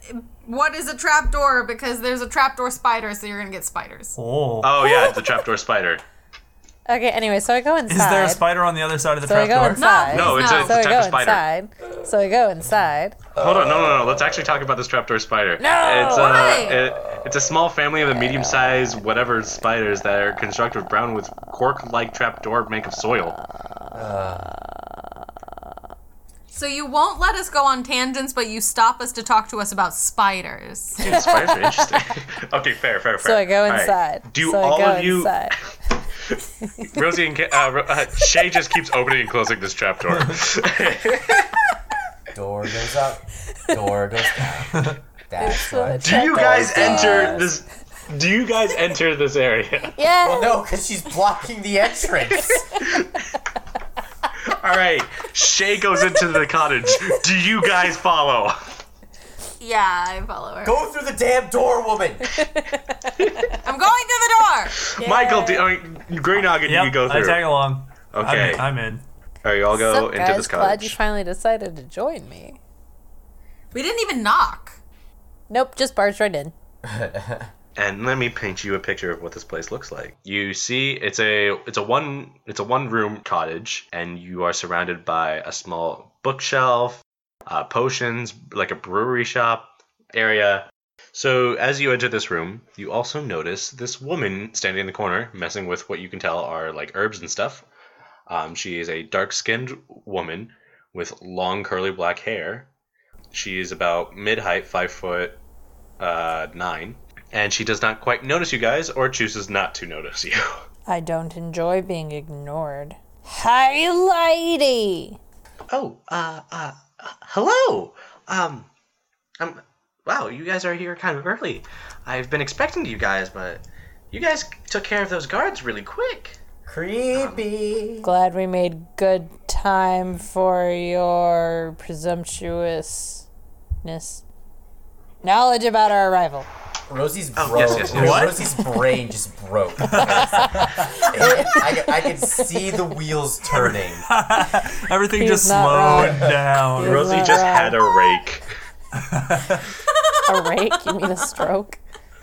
what is a trapdoor because there's a trapdoor spider, so you're gonna get spiders. Oh, oh yeah, it's a trapdoor spider. Okay, anyway, so I go inside. is there a spider on the other side of the so I go trapdoor? inside. No, Oh, it's a, it's So a I type of go spider. inside. So I go inside. Hold on, no, no, no. Let's actually talk about this trapdoor spider. No! it's Why? a it, it's a small family of the medium-sized whatever spiders that are constructed brown with cork-like trapdoor make of soil. So you won't let us go on tangents, but you stop us to talk to us about spiders. Dude, spiders are interesting. okay, fair, fair, fair. So I go All right. inside. Do so all I go of you? inside. Rosie and Ca- uh, Ro- uh, Shay just keeps opening and closing this trapdoor. Door goes up. Door goes down. That's what. do you guys does. enter this? Do you guys enter this area? Yeah. No, because she's blocking the entrance. All right, Shay goes into the cottage. Do you guys follow? Yeah, I follow her. Go through the damn door, woman. I'm going through Michael, do, uh, Green Noggin, Yep, you go through. I tag along. I'm okay, in- I'm in. all right, you all go Sup, into guys? this Glad you cottage. finally decided to join me. the door. We didn't even knock. Nope, just barged right in. and let me paint you a picture of what this place looks like. You see, it's a it's a one it's a one room cottage, and you are surrounded by a small bookshelf, uh, potions, like a brewery shop area. So as you enter this room, you also notice this woman standing in the corner, messing with what you can tell are like herbs and stuff. Um, she is a dark skinned woman with long curly black hair. She is about mid height, five foot uh, nine and she does not quite notice you guys or chooses not to notice you. I don't enjoy being ignored. Hi, lady. Oh, uh, uh, hello. Um, I'm. Wow, you guys are here kind of early. I've been expecting you guys, but you guys took care of those guards really quick. Creepy. Glad we made good time for your presumptuousness, knowledge about our arrival. Rosie's broke. Oh, yes, yes, yes. What? Rosie's brain just broke. I, I can see the wheels turning. Everything He's just not slowed down. Rosie just had a rake. A rake? You mean a stroke?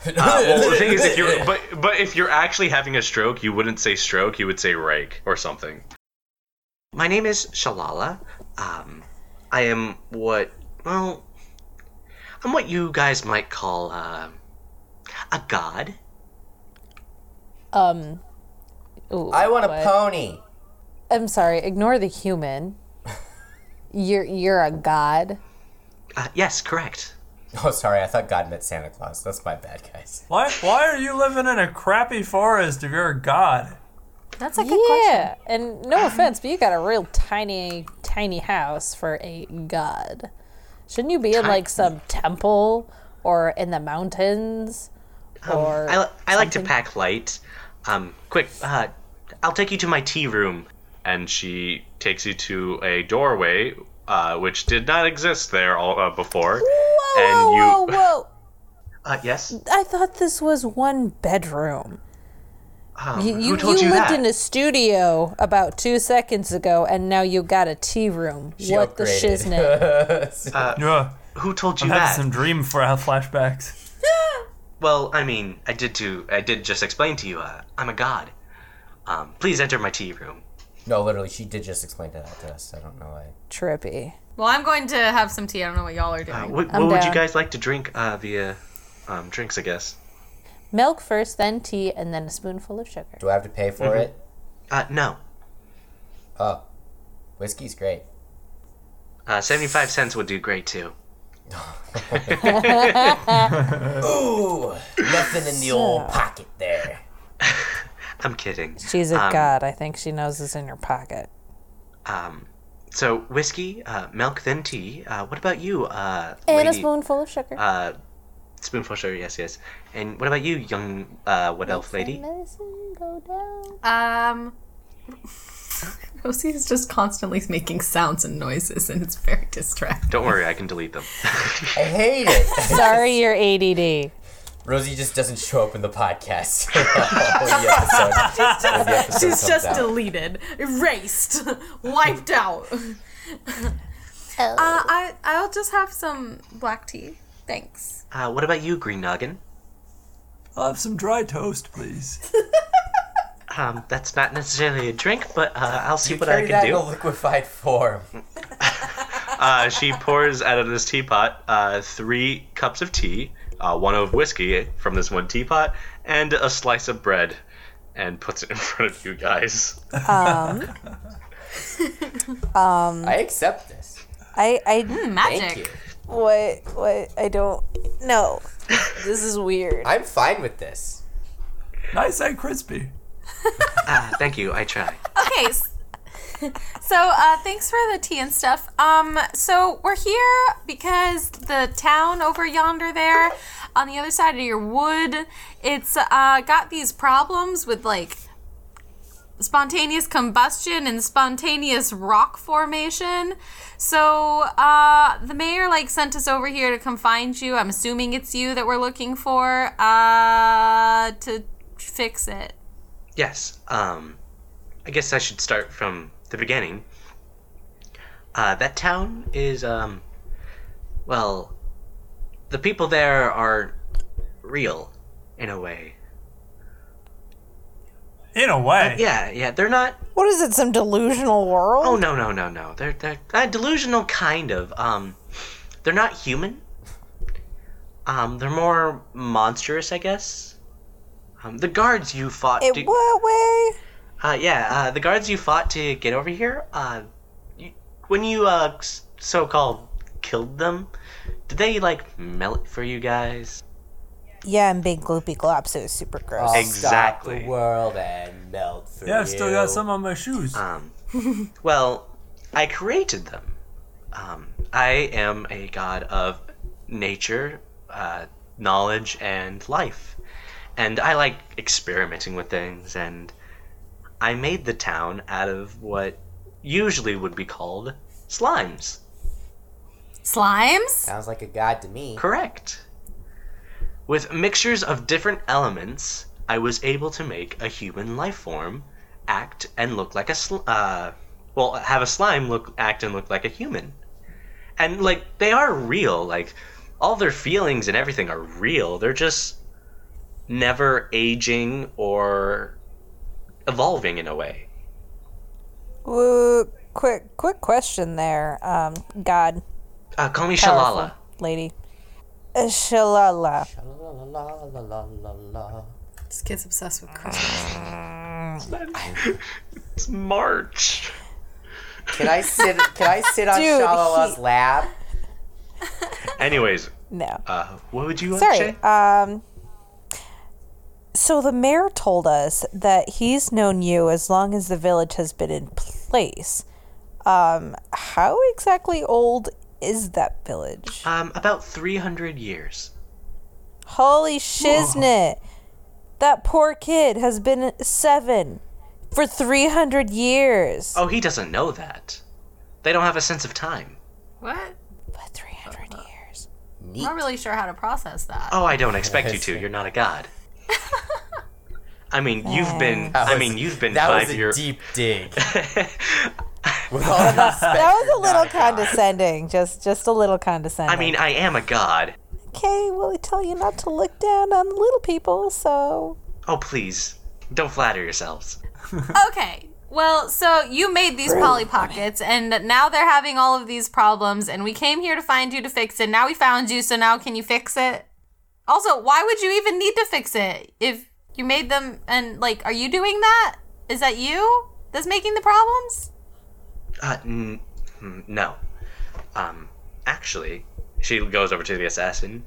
Uh, well, the thing is, if you're but but if you're actually having a stroke, you wouldn't say stroke, you would say rake or something. My name is Shalala. Um, I am what, well, I'm what you guys might call, uh, a god. Um. ooh, I want a what? pony. I'm sorry. Ignore the human. You're you're a god. Uh, yes, correct. Oh, sorry. I thought God meant Santa Claus. That's my bad, guys. Why? Why are you living in a crappy forest if you're a god? That's a good question. Yeah, and no offense, but you got a real tiny, tiny house for a god. Shouldn't you be in like some temple or in the mountains? or I, li- I like to pack light. Um, quick, uh, I'll take you to my tea room. And she takes you to a doorway, uh, which did not exist there all, uh, before. whoa, and whoa, you- whoa, whoa! Uh, yes? I thought this was one bedroom. you you, Um, who told you you lived that? in a studio about two seconds ago, and now you got a tea room. what the shiznit? shiznit? Uh, Yeah. Who told you Oh, I had that? some dream for flashbacks. Well, I mean, I did to I did just explain to you. Uh, I'm a god. Um, please enter my tea room. no, literally, she did just explain that to us. I don't know why. Trippy. Well, I'm going to have some tea. I don't know what y'all are Uh, doing. what I'm what would you down. guys like to drink uh, via um, drinks? I guess. Milk first, then tea, and then a spoonful of sugar. Do I have to pay for Mm-hmm. it? Uh, no. Oh, whiskey's great. Uh, Seventy-five cents would do great too. Ooh, nothing in the old pocket there. I'm kidding. She's a god. I think she knows it's in her pocket. Um, so whiskey, uh, milk, then tea. Uh, what about you, uh, And a lady? spoonful of sugar. Uh, spoonful sugar. Yes, yes. And what about you, young uh, what elf lady? Medicine go down. Um, Rosie is just constantly making sounds and noises, and it's very distracting. Don't worry, I can delete them. I hate it. Sorry, you're ADD. Rosie just doesn't show up in the podcast. When the episode- when the episode She's comes just out. deleted, erased, wiped out. uh, I I'll just have some black tea. Thanks. uh, what about you, Green Noggin? I'll have some dry toast, please. Um, that's not necessarily a drink, but uh, I'll see what I Carry can that in do. a liquefied form. Uh, she pours out of this teapot uh, three cups of tea, uh, one of whiskey from this one teapot, and a slice of bread, and puts it in front of you guys. I accept this. I, I, Thank you. Magic. what, what, I don't, no. This is weird. I'm fine with this. nice and crispy. Ah, thank you. I try. Okay. s- So, uh, thanks for the tea and stuff. Um, so we're here because the town over yonder there, on the other side of your wood, it's uh, got these problems with like spontaneous combustion and spontaneous rock formation. So uh, the mayor like sent us over here to come find you. I'm assuming it's you that we're looking for uh, to fix it. Yes. Um, I guess I should start from the beginning. Uh, that town is um, well, the people there are real, in a way. In a way. Yeah, yeah. They're not. What is it, some delusional world? Oh no, no, no, no. They're they're uh, delusional, kind of. Um, they're not human. Um, they're more monstrous, I guess. Um, the guards you fought. In do- what way? Uh, yeah, uh, the guards you fought to get over here, uh, you, when you uh, s- so-called killed them, did they like melt for you guys? Yeah, I'm big gloopy glops. It was super gross. I'll Stop Exactly. the world and melt for Yeah, I've you. still got some on my shoes. Uh. Um, well, I created them. Um, I am a god of nature, uh, knowledge, and life, and I like experimenting with things. And I made the town out of what usually would be called slimes. Slimes? Sounds like a god to me. Correct. With mixtures of different elements, I was able to make a human life form act and look like a sl- uh, well, have a slime look act and look like a human. And like they are real, like all their feelings and everything are real. They're just never aging or evolving in a way. Woo, quick, quick question there. Um, God, Uh, call me powerful Shalala. lady. Uh, Shalala. La-la-la-la-la-la-la. This kid's obsessed with Christmas. It's March. Can I sit? Can I sit on Dude, Shalala's he- lap? Anyways, No. uh, what would you like to Sorry. say? Um, so the mayor told us that he's known you as long as the village has been in place. Um, how exactly old is that village? Um, about 300 years. Holy shiznit! That poor kid has been seven for 300 years. Oh, he doesn't know that. They don't have a sense of time. What? But 300 years. I'm not really sure how to process that. Oh, I don't expect you to. You're not a god. I mean, you've been. That I was- mean, you've been That five was a years. deep dig. With all due respect, That was a you're little not god. condescending. Just just a little condescending. I mean, I am a god. okay, well, we tell you not to look down on the little people, so. Oh, please, don't flatter yourselves. Okay. Well, so you made these Polly Pockets, and now they're having all of these problems, and we came here to find you to fix it. Now we found you, so now can you fix it? Also, why would you even need to fix it if you made them? And like, are you doing that? Is that you that's making the problems? Uh, n- mm, no. Um, actually, she goes over to the assassin.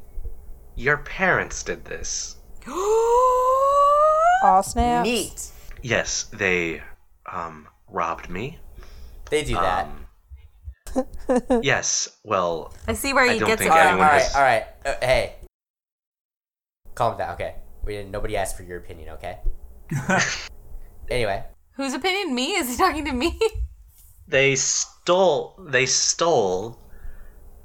Your parents did this. Aw, snaps. Neat. Yes, they, um, robbed me. They Um, do that. Yes. Well, I see where I he don't gets it. think all right, all anyone from. right, has- all right. Uh, hey, calm down. Okay, we didn't. Nobody asked for your opinion. Okay. anyway, Whose opinion? Me? Is he talking to me? they stole. They stole,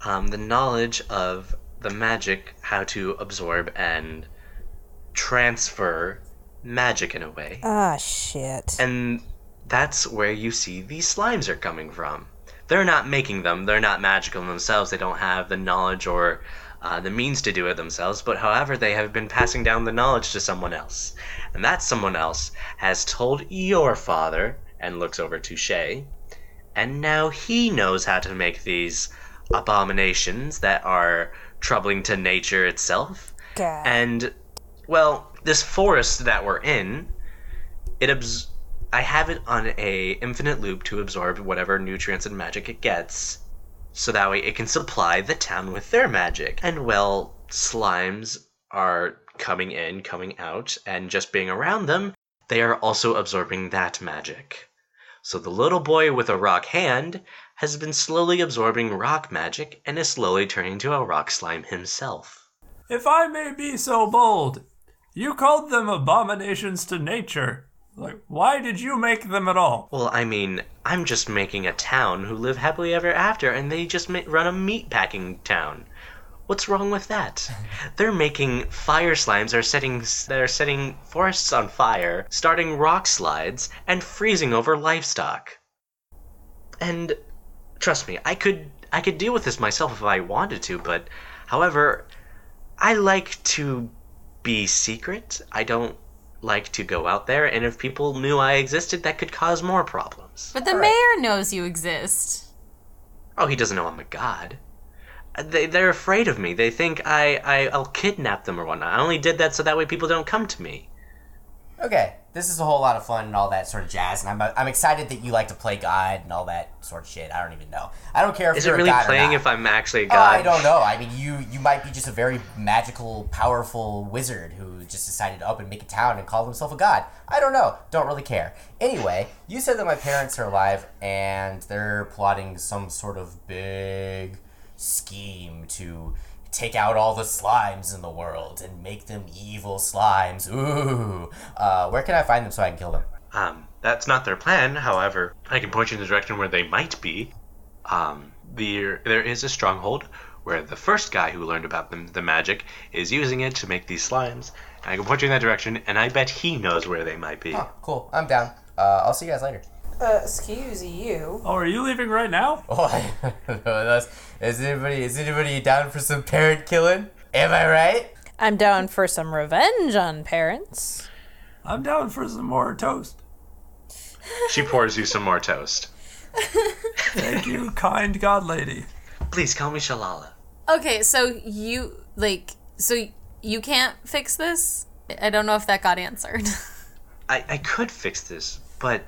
um, the knowledge of the magic, how to absorb and transfer magic in a way. Ah, shit. And that's where you see these slimes are coming from. They're not making them, they're not magical themselves, they don't have the knowledge or uh, the means to do it themselves, but however, they have been passing down the knowledge to someone else. And that someone else has told your father, and looks over to Shay, and now he knows how to make these abominations that are troubling to nature itself. God. And well, this forest that we're in, it abs- I have it on a infinite loop to absorb whatever nutrients and magic it gets, so that way it can supply the town with their magic. And well, slimes are coming in, coming out, and just being around them, they are also absorbing that magic. So the little boy with a rock hand has been slowly absorbing rock magic and is slowly turning into a rock slime himself. If I may be so bold, you called them abominations to nature. Like, why did you make them at all? Well, I mean, I'm just making a town who live happily ever after, and they just ma- run a meatpacking town. What's wrong with that? They're making fire slimes. Are setting they're setting forests on fire, starting rock slides, and freezing over livestock. And trust me, I could I could deal with this myself if I wanted to, but however, I like to be secret. I don't like to go out there, and if people knew I existed, that could cause more problems. But the mayor knows you exist. Oh, he doesn't know I'm a god. Uh, They, they're afraid of me. They think I, I, I'll kidnap them or whatnot. I only did that so that way people don't come to me. okay. This is a whole lot of fun and all that sort of jazz, and I'm I'm excited that you like to play God and all that sort of shit. I don't even know. I don't care if Is it you're really a god playing or not. if I'm actually a Oh, god? I don't know. I mean, you you might be just a very magical, powerful wizard who just decided to up and make a town and call himself a god. I don't know. Don't really care. Anyway, you said that my parents are alive and they're plotting some sort of big scheme to take out all the slimes in the world and make them evil slimes. Ooh. Uh, where can I find them so I can kill them? Um, that's not their plan. However, I can point you in the direction where they might be. Um, there, there is a stronghold where the first guy who learned about them, the magic is using it to make these slimes. I can point you in that direction, and I bet he knows where they might be. Oh, cool. I'm down. Uh, I'll see you guys later. Uh, excuse you. Oh, are you leaving right now? Oh, I don't know. That's, is anybody is anybody down for some parent killing? Am I right? I'm down for some revenge on parents. I'm down for some more toast. She pours you some more toast. Thank you, kind god lady. Please call me Shalala. Okay, so you like so you can't fix this? I don't know if that got answered. I, I could fix this, but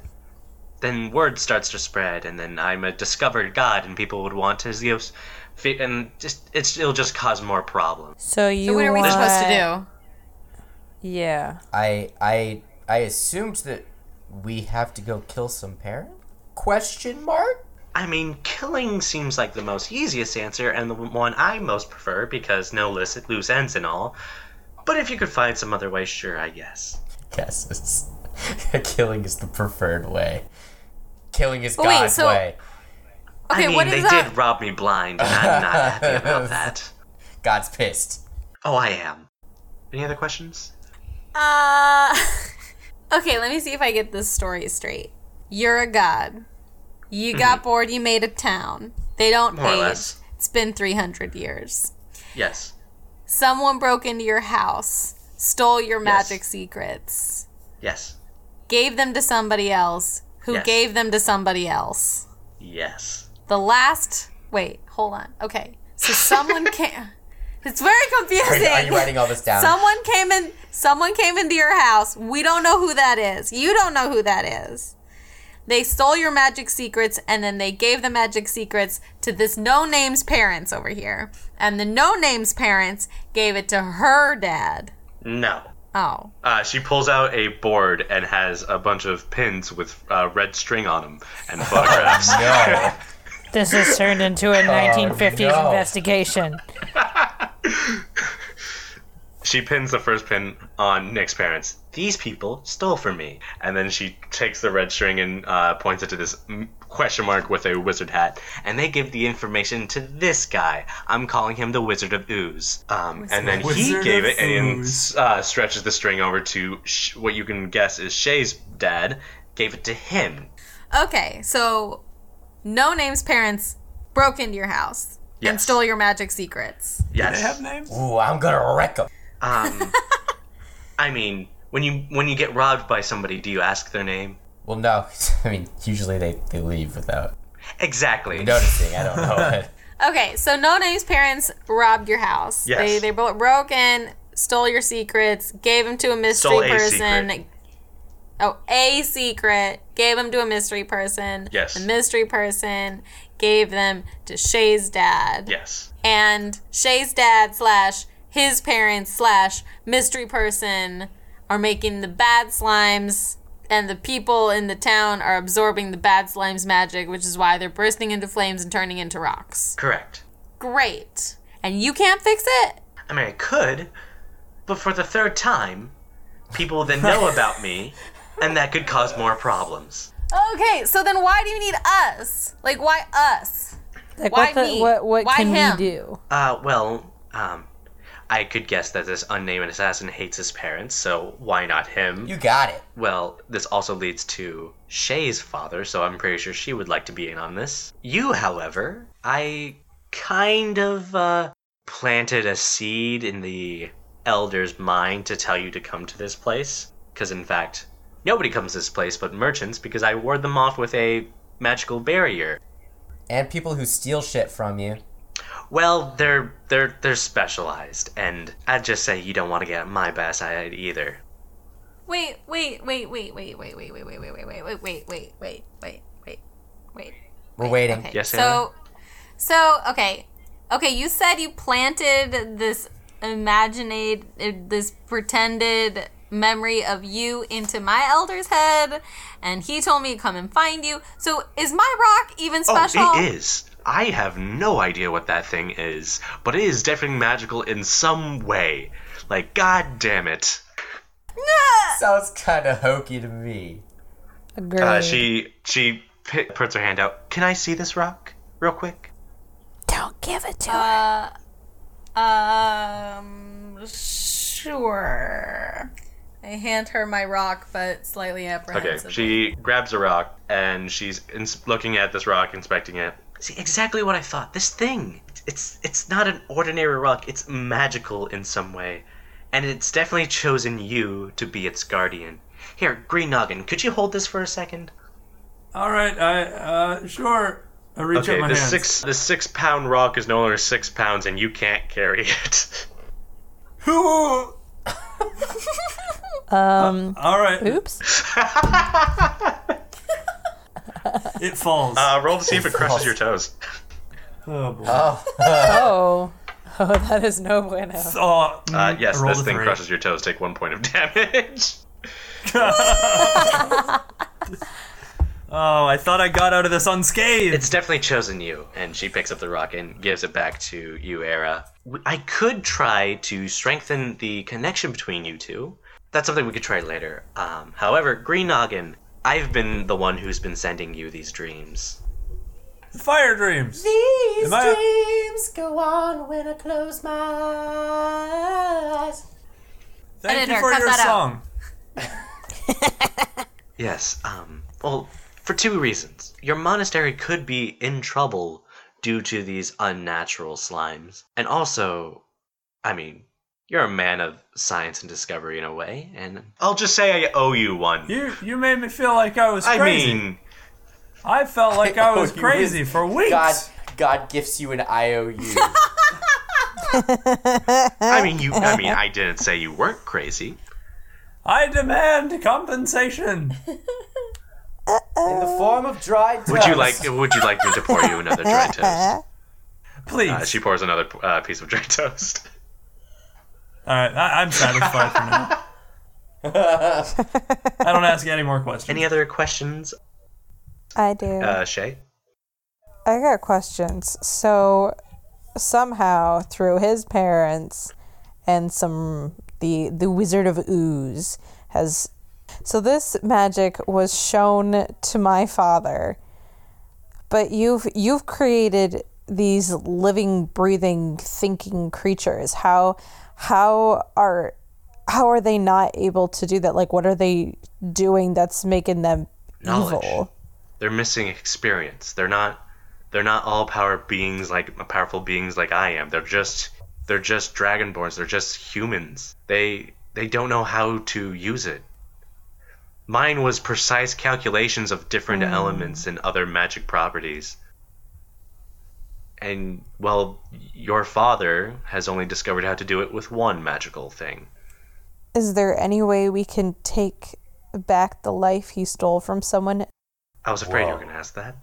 then word starts to spread, and then I'm a discovered god, and people would want his gifts, fi- and just it's, it'll just cause more problems. So you. what are we want- supposed to do? Yeah. I I I assumed that we have to go kill some parent? Question mark? I mean, killing seems like the most easiest answer and the one I most prefer because no loose, loose ends and all. But if you could find some other way, sure, I guess. Yes, it's, killing is the preferred way. Killing is But wait, God's so- way. Okay, I mean, what they is that? did rob me blind, and I'm not happy about that. God's pissed. Oh, I am. Any other questions? Uh, okay, let me see if I get this story straight. You're a god. You got bored, you made a town. They don't Mm-hmm. More or age. less. It's been 300 years. Yes. Someone broke into your house, stole your Yes. magic secrets, Yes. gave them to somebody else, who Yes. gave them to somebody else. Yes. The last. Wait, hold on. Okay. So someone came. It's very Are confusing. you, are you writing all this down? Someone came in. Someone came into your house. We don't know who that is. You don't know who that is. They stole your magic secrets, and then they gave the magic secrets to this no names parents over here, and the no names parents gave it to her dad. No. Oh, Uh, she pulls out a board and has a bunch of pins with uh, red string on them and photographs. no. This has turned into Oh, a 1950s no. investigation. she pins the first pin on Nick's parents. These people stole from me. And then she takes the red string and uh, points it to this mm, question mark with a wizard hat. And they give the information to this guy. I'm calling him the Wizard of Ooze. Um, and then Wizard he gave of it and Ooze. uh, stretches the string over to Sh- what you can guess is Shay's dad. Gave it to him. okay. So, no names parents broke into your house and Yes. stole your magic secrets. Yes. They have names? Ooh, I'm gonna wreck him. Um, I mean, when you when you get robbed by somebody, do you ask their name? Well, no. I mean, usually they, they leave without Exactly. noticing. I don't know. Okay, so No Name's parents robbed your house. Yes. They they bro- broke in, stole your secrets, gave them to a mystery Stole a person. secret. Oh, a secret. Gave them to a mystery person. Yes. The mystery person gave them to Shay's dad. Yes. And Shay's dad slash his parents slash mystery person are making the bad slimes. And the people in the town are absorbing the bad slime's magic, which is why they're bursting into flames and turning into rocks Correct. great. And you can't fix it? I mean, I could, but for the third time, people will then know about me, and that could cause more problems. Okay, so then why do you need us? Like, why us? Like Why what the, me? what what Why can him? we do? Uh, well, um, I could guess that this unnamed assassin hates his parents, so why not him? you got it. Well, this also leads to Shay's father, so I'm pretty sure she would like to be in on this. You, however, I kind of uh, planted a seed in the elder's mind to tell you to come to this place. Because, in fact, nobody comes to this place but merchants, because I ward them off with a magical barrier. And people who steal shit from you. Well, they're they're they're specialized, and I'd just say you don't want to get my bad side either. Wait, wait, wait, wait, wait, wait, wait, wait, wait, wait, wait, wait, wait, wait, wait, wait, wait, wait, wait. We're waiting. Okay. Yes, so, so okay, okay. You said you planted this imagined, uh, this pretended memory of you into my elder's head, and he told me to come and find you. So, is my rock even special? Oh, it is. I have no idea what that thing is, but it is definitely magical in some way. Like, god damn it. Sounds kind of hokey to me. Agreed. Uh, she she p- puts her hand out. Can I see this rock, real quick? Don't give it to Uh, um, sure. I hand her my rock, but slightly Okay. apprehensive. She grabs a rock and she's ins- looking at this rock, inspecting it. See exactly what I thought. This thing. It's it's not an ordinary rock. It's magical in some way, and it's definitely chosen you to be its guardian. Here, Green Noggin, could you hold this for a second? All right, I uh sure. I reach out Okay, my the hands. six the six pound rock is no longer six pounds, and you can't carry it. Who? um All right, oops. it falls. Uh, roll to see if it crushes your toes. oh boy. Oh. Oh, that is no bueno. oh, Uh, yes, I rolled this a thing three. crushes your toes. Take one point of damage. Oh, I thought I got out of this unscathed. It's definitely chosen you. And she picks up the rock and gives it back to you, Era. I could try to strengthen the connection between you two. That's something we could try later. Um, however, Green Noggin, I've been the one who's been sending you these dreams. Fire dreams. These Am I- dreams go on when I close my eyes. Thank Editor, you for cut your that out. song. Yes, um, well, for two reasons. Your monastery could be in trouble due to these unnatural slimes. And also, I mean, you're a man of science and discovery in a way, and I'll just say I owe you one. You you made me feel like I was I crazy. mean, I felt like I was Oh, you crazy really- for weeks. God, God gifts you an IOU. I mean, you. I mean, I didn't say you weren't crazy. I demand compensation. in the form of dry dust. Would you like? Would you like me to pour you another dry toast? Please. Uh, she pours another uh, piece of dry toast. All right, I, I'm satisfied for now. I don't ask any more questions. Any other questions, I do. uh, Shay? I got questions. So somehow through his parents and some the the Wizard of Ooze has so this magic was shown to my father. But you've you've created these living, breathing, thinking creatures. How how are how are they not able to do that? Like what are they doing that's making them Knowledge. evil? They're missing experience. They're not. They're not all power beings like powerful beings like I am. They're just. They're just dragonborns. They're just humans. They. They don't know how to use it. Mine was precise calculations of different elements and other magic properties. And, well, your father has only discovered how to do it with one magical thing. Is there any way we can take back the life he stole from someone? I was afraid you were Whoa. going to ask that.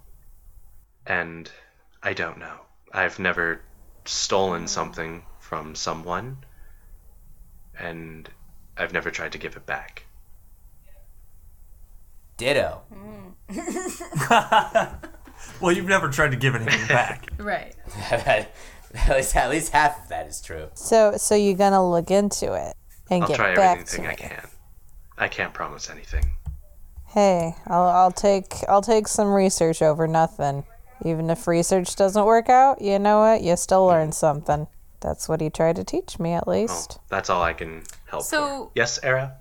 And I don't know. I've never stolen something from someone, and I've never tried to give it back. Ditto. well, you've never tried to give anything back. Right. at least, at least half of that is true. So, so you're gonna look into it and I'll get try back to everything me. I can. I can't promise anything. Hey, I'll, I'll take I'll take some research over nothing. Even if research doesn't work out, you know what? You still learn something. That's what he tried to teach me, at Well, least. that's all I can help So- for. Yes, Era?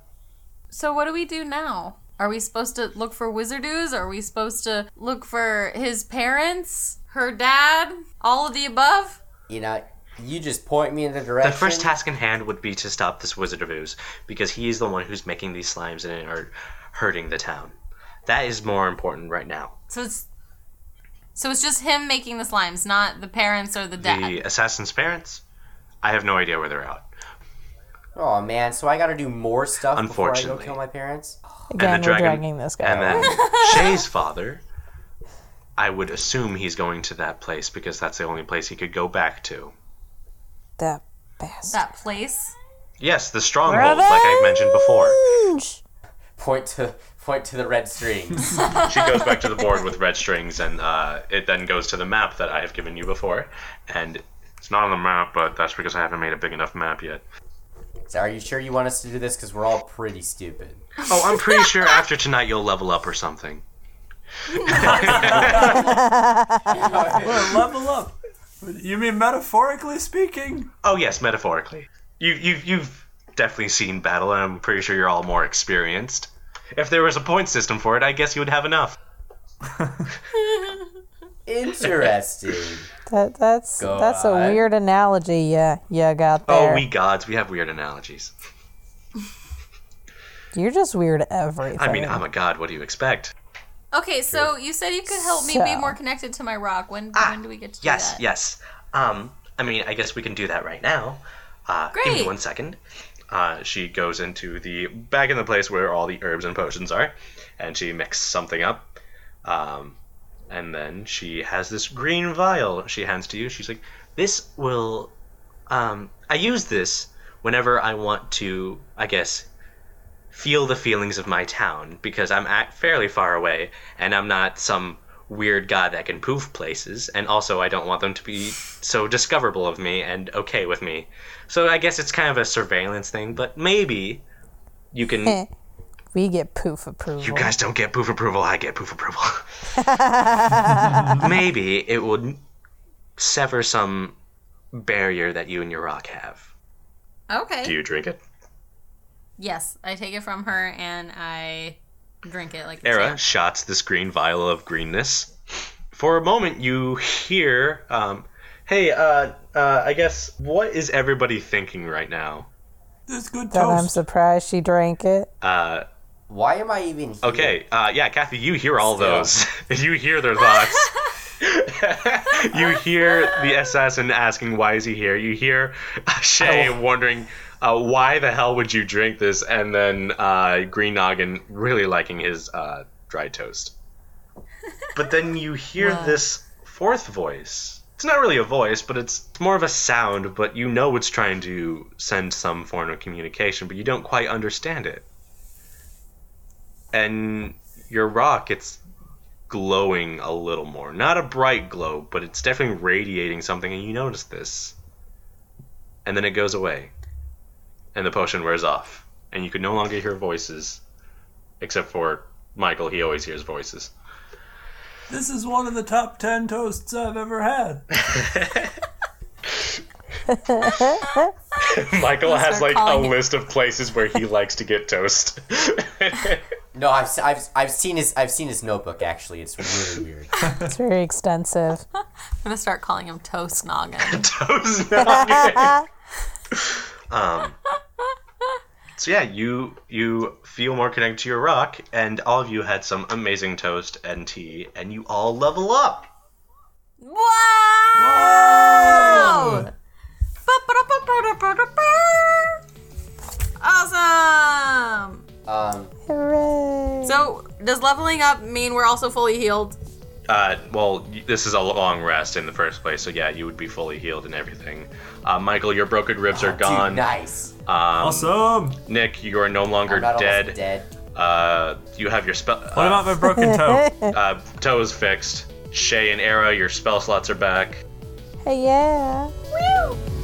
So what do we do now? Are we supposed to look for wizard ooze? Are we supposed to look for his parents, her dad, all of the above? You know, you just point me in the direction. The first task in hand would be to stop this Wizard of Ooze, because he is the one who's making these slimes and are hurting the town. That is more important right now. So it's so it's just him making the slimes, not the parents or the dad. The assassin's parents? I have no idea where they're at. Oh man, so I got to do more stuff before I go Unfortunately. kill my parents. Again, we're dragon- dragging this guy. And along. then Shay's father, I would assume he's going to that place because that's the only place he could go back to. That bastard. that place. Yes, the stronghold, like I mentioned before. Point to point to the red strings. She goes back to the board with red strings, and uh, it then goes to the map that I have given you before. And it's not on the map, but that's because I haven't made a big enough map yet. so are you sure you want us to do this? Because we're all pretty stupid. Oh, I'm pretty sure after tonight you'll level up or something. well, level up. You mean metaphorically speaking? Oh yes, metaphorically. You you you've definitely seen battle, and I'm pretty sure you're all more experienced. If there was a point system for it, I guess you would have enough. Interesting. That, that's Go that's a on. weird analogy. Yeah, yeah, got there. Oh, we gods, we have weird analogies. You're just weird Uh, at everything. I mean, I'm a god. What do you expect? Okay, so you said you could help me be So- more connected to my rock. When when do we get to do Ah, Yes, that? yes. Um, I mean, I guess we can do that right now. Uh, Give Great. me one second. Uh, she goes into the back in the place where all the herbs and potions are, and she mixes something up. Um, and then she has this green vial she hands to you. She's like, "This will. Um, I use this whenever I want to. I guess feel the feelings of my town because I'm at fairly far away and I'm not some weird guy that can poof places. And also, I don't want them to be so discoverable of me and okay with me. So I guess it's kind of a surveillance thing, but maybe you can. We get poof approval. you guys don't get poof approval, I get poof approval. maybe it would sever some barrier that you and your rock have. Okay. Do you drink it? Yes, I take it from her and I drink it like Era it's- shots this green vial of greenness. For a moment, you hear, um, "Hey, uh, uh, I guess what is everybody thinking right now?" There's good That I'm toast. surprised she drank it. Uh, Why am I even here? okay, uh, yeah, Kathy, you hear all Still. those. you hear their thoughts. you hear the assassin asking, "Why is he here?" You hear Shay wondering, uh, "Why the hell would you drink this?" And then uh, Green Noggin really liking his uh, dry toast. But then you hear this fourth voice. It's not really a voice, but it's more of a sound. But you know it's trying to send some form of communication, but you don't quite understand it. And your rock, it's glowing a little more. Not a bright glow, but it's definitely radiating something, and you notice this. And then it goes away. And the potion wears off. And you can no longer hear voices. Except for Michael, he always hears voices. This is one of the top ten toasts I've ever had. Michael has like a start calling it- list of places where he likes to get toast. No, I've, se- I've, I've seen his I've seen his notebook actually. It's really weird. It's very extensive. I'm gonna start calling him Toast Noggin. toast noggin. um. So yeah, you you feel more connected to your rock, and all of you had some amazing toast and tea, and you all level up. wow! Awesome! Um, Hooray! So, does leveling up mean we're also fully healed? Uh, well, y- this is a long rest in the first place, so yeah, you would be fully healed and everything. Uh, Michael, your broken ribs are gone. Ah, Dude, nice. Awesome. Nick, you are no longer I'm not dead. almost dead. Uh, you have your spell. What uh, about my broken toe? uh, toe is fixed. Shay and Era, your spell slots are back. Hey, yeah. Woo!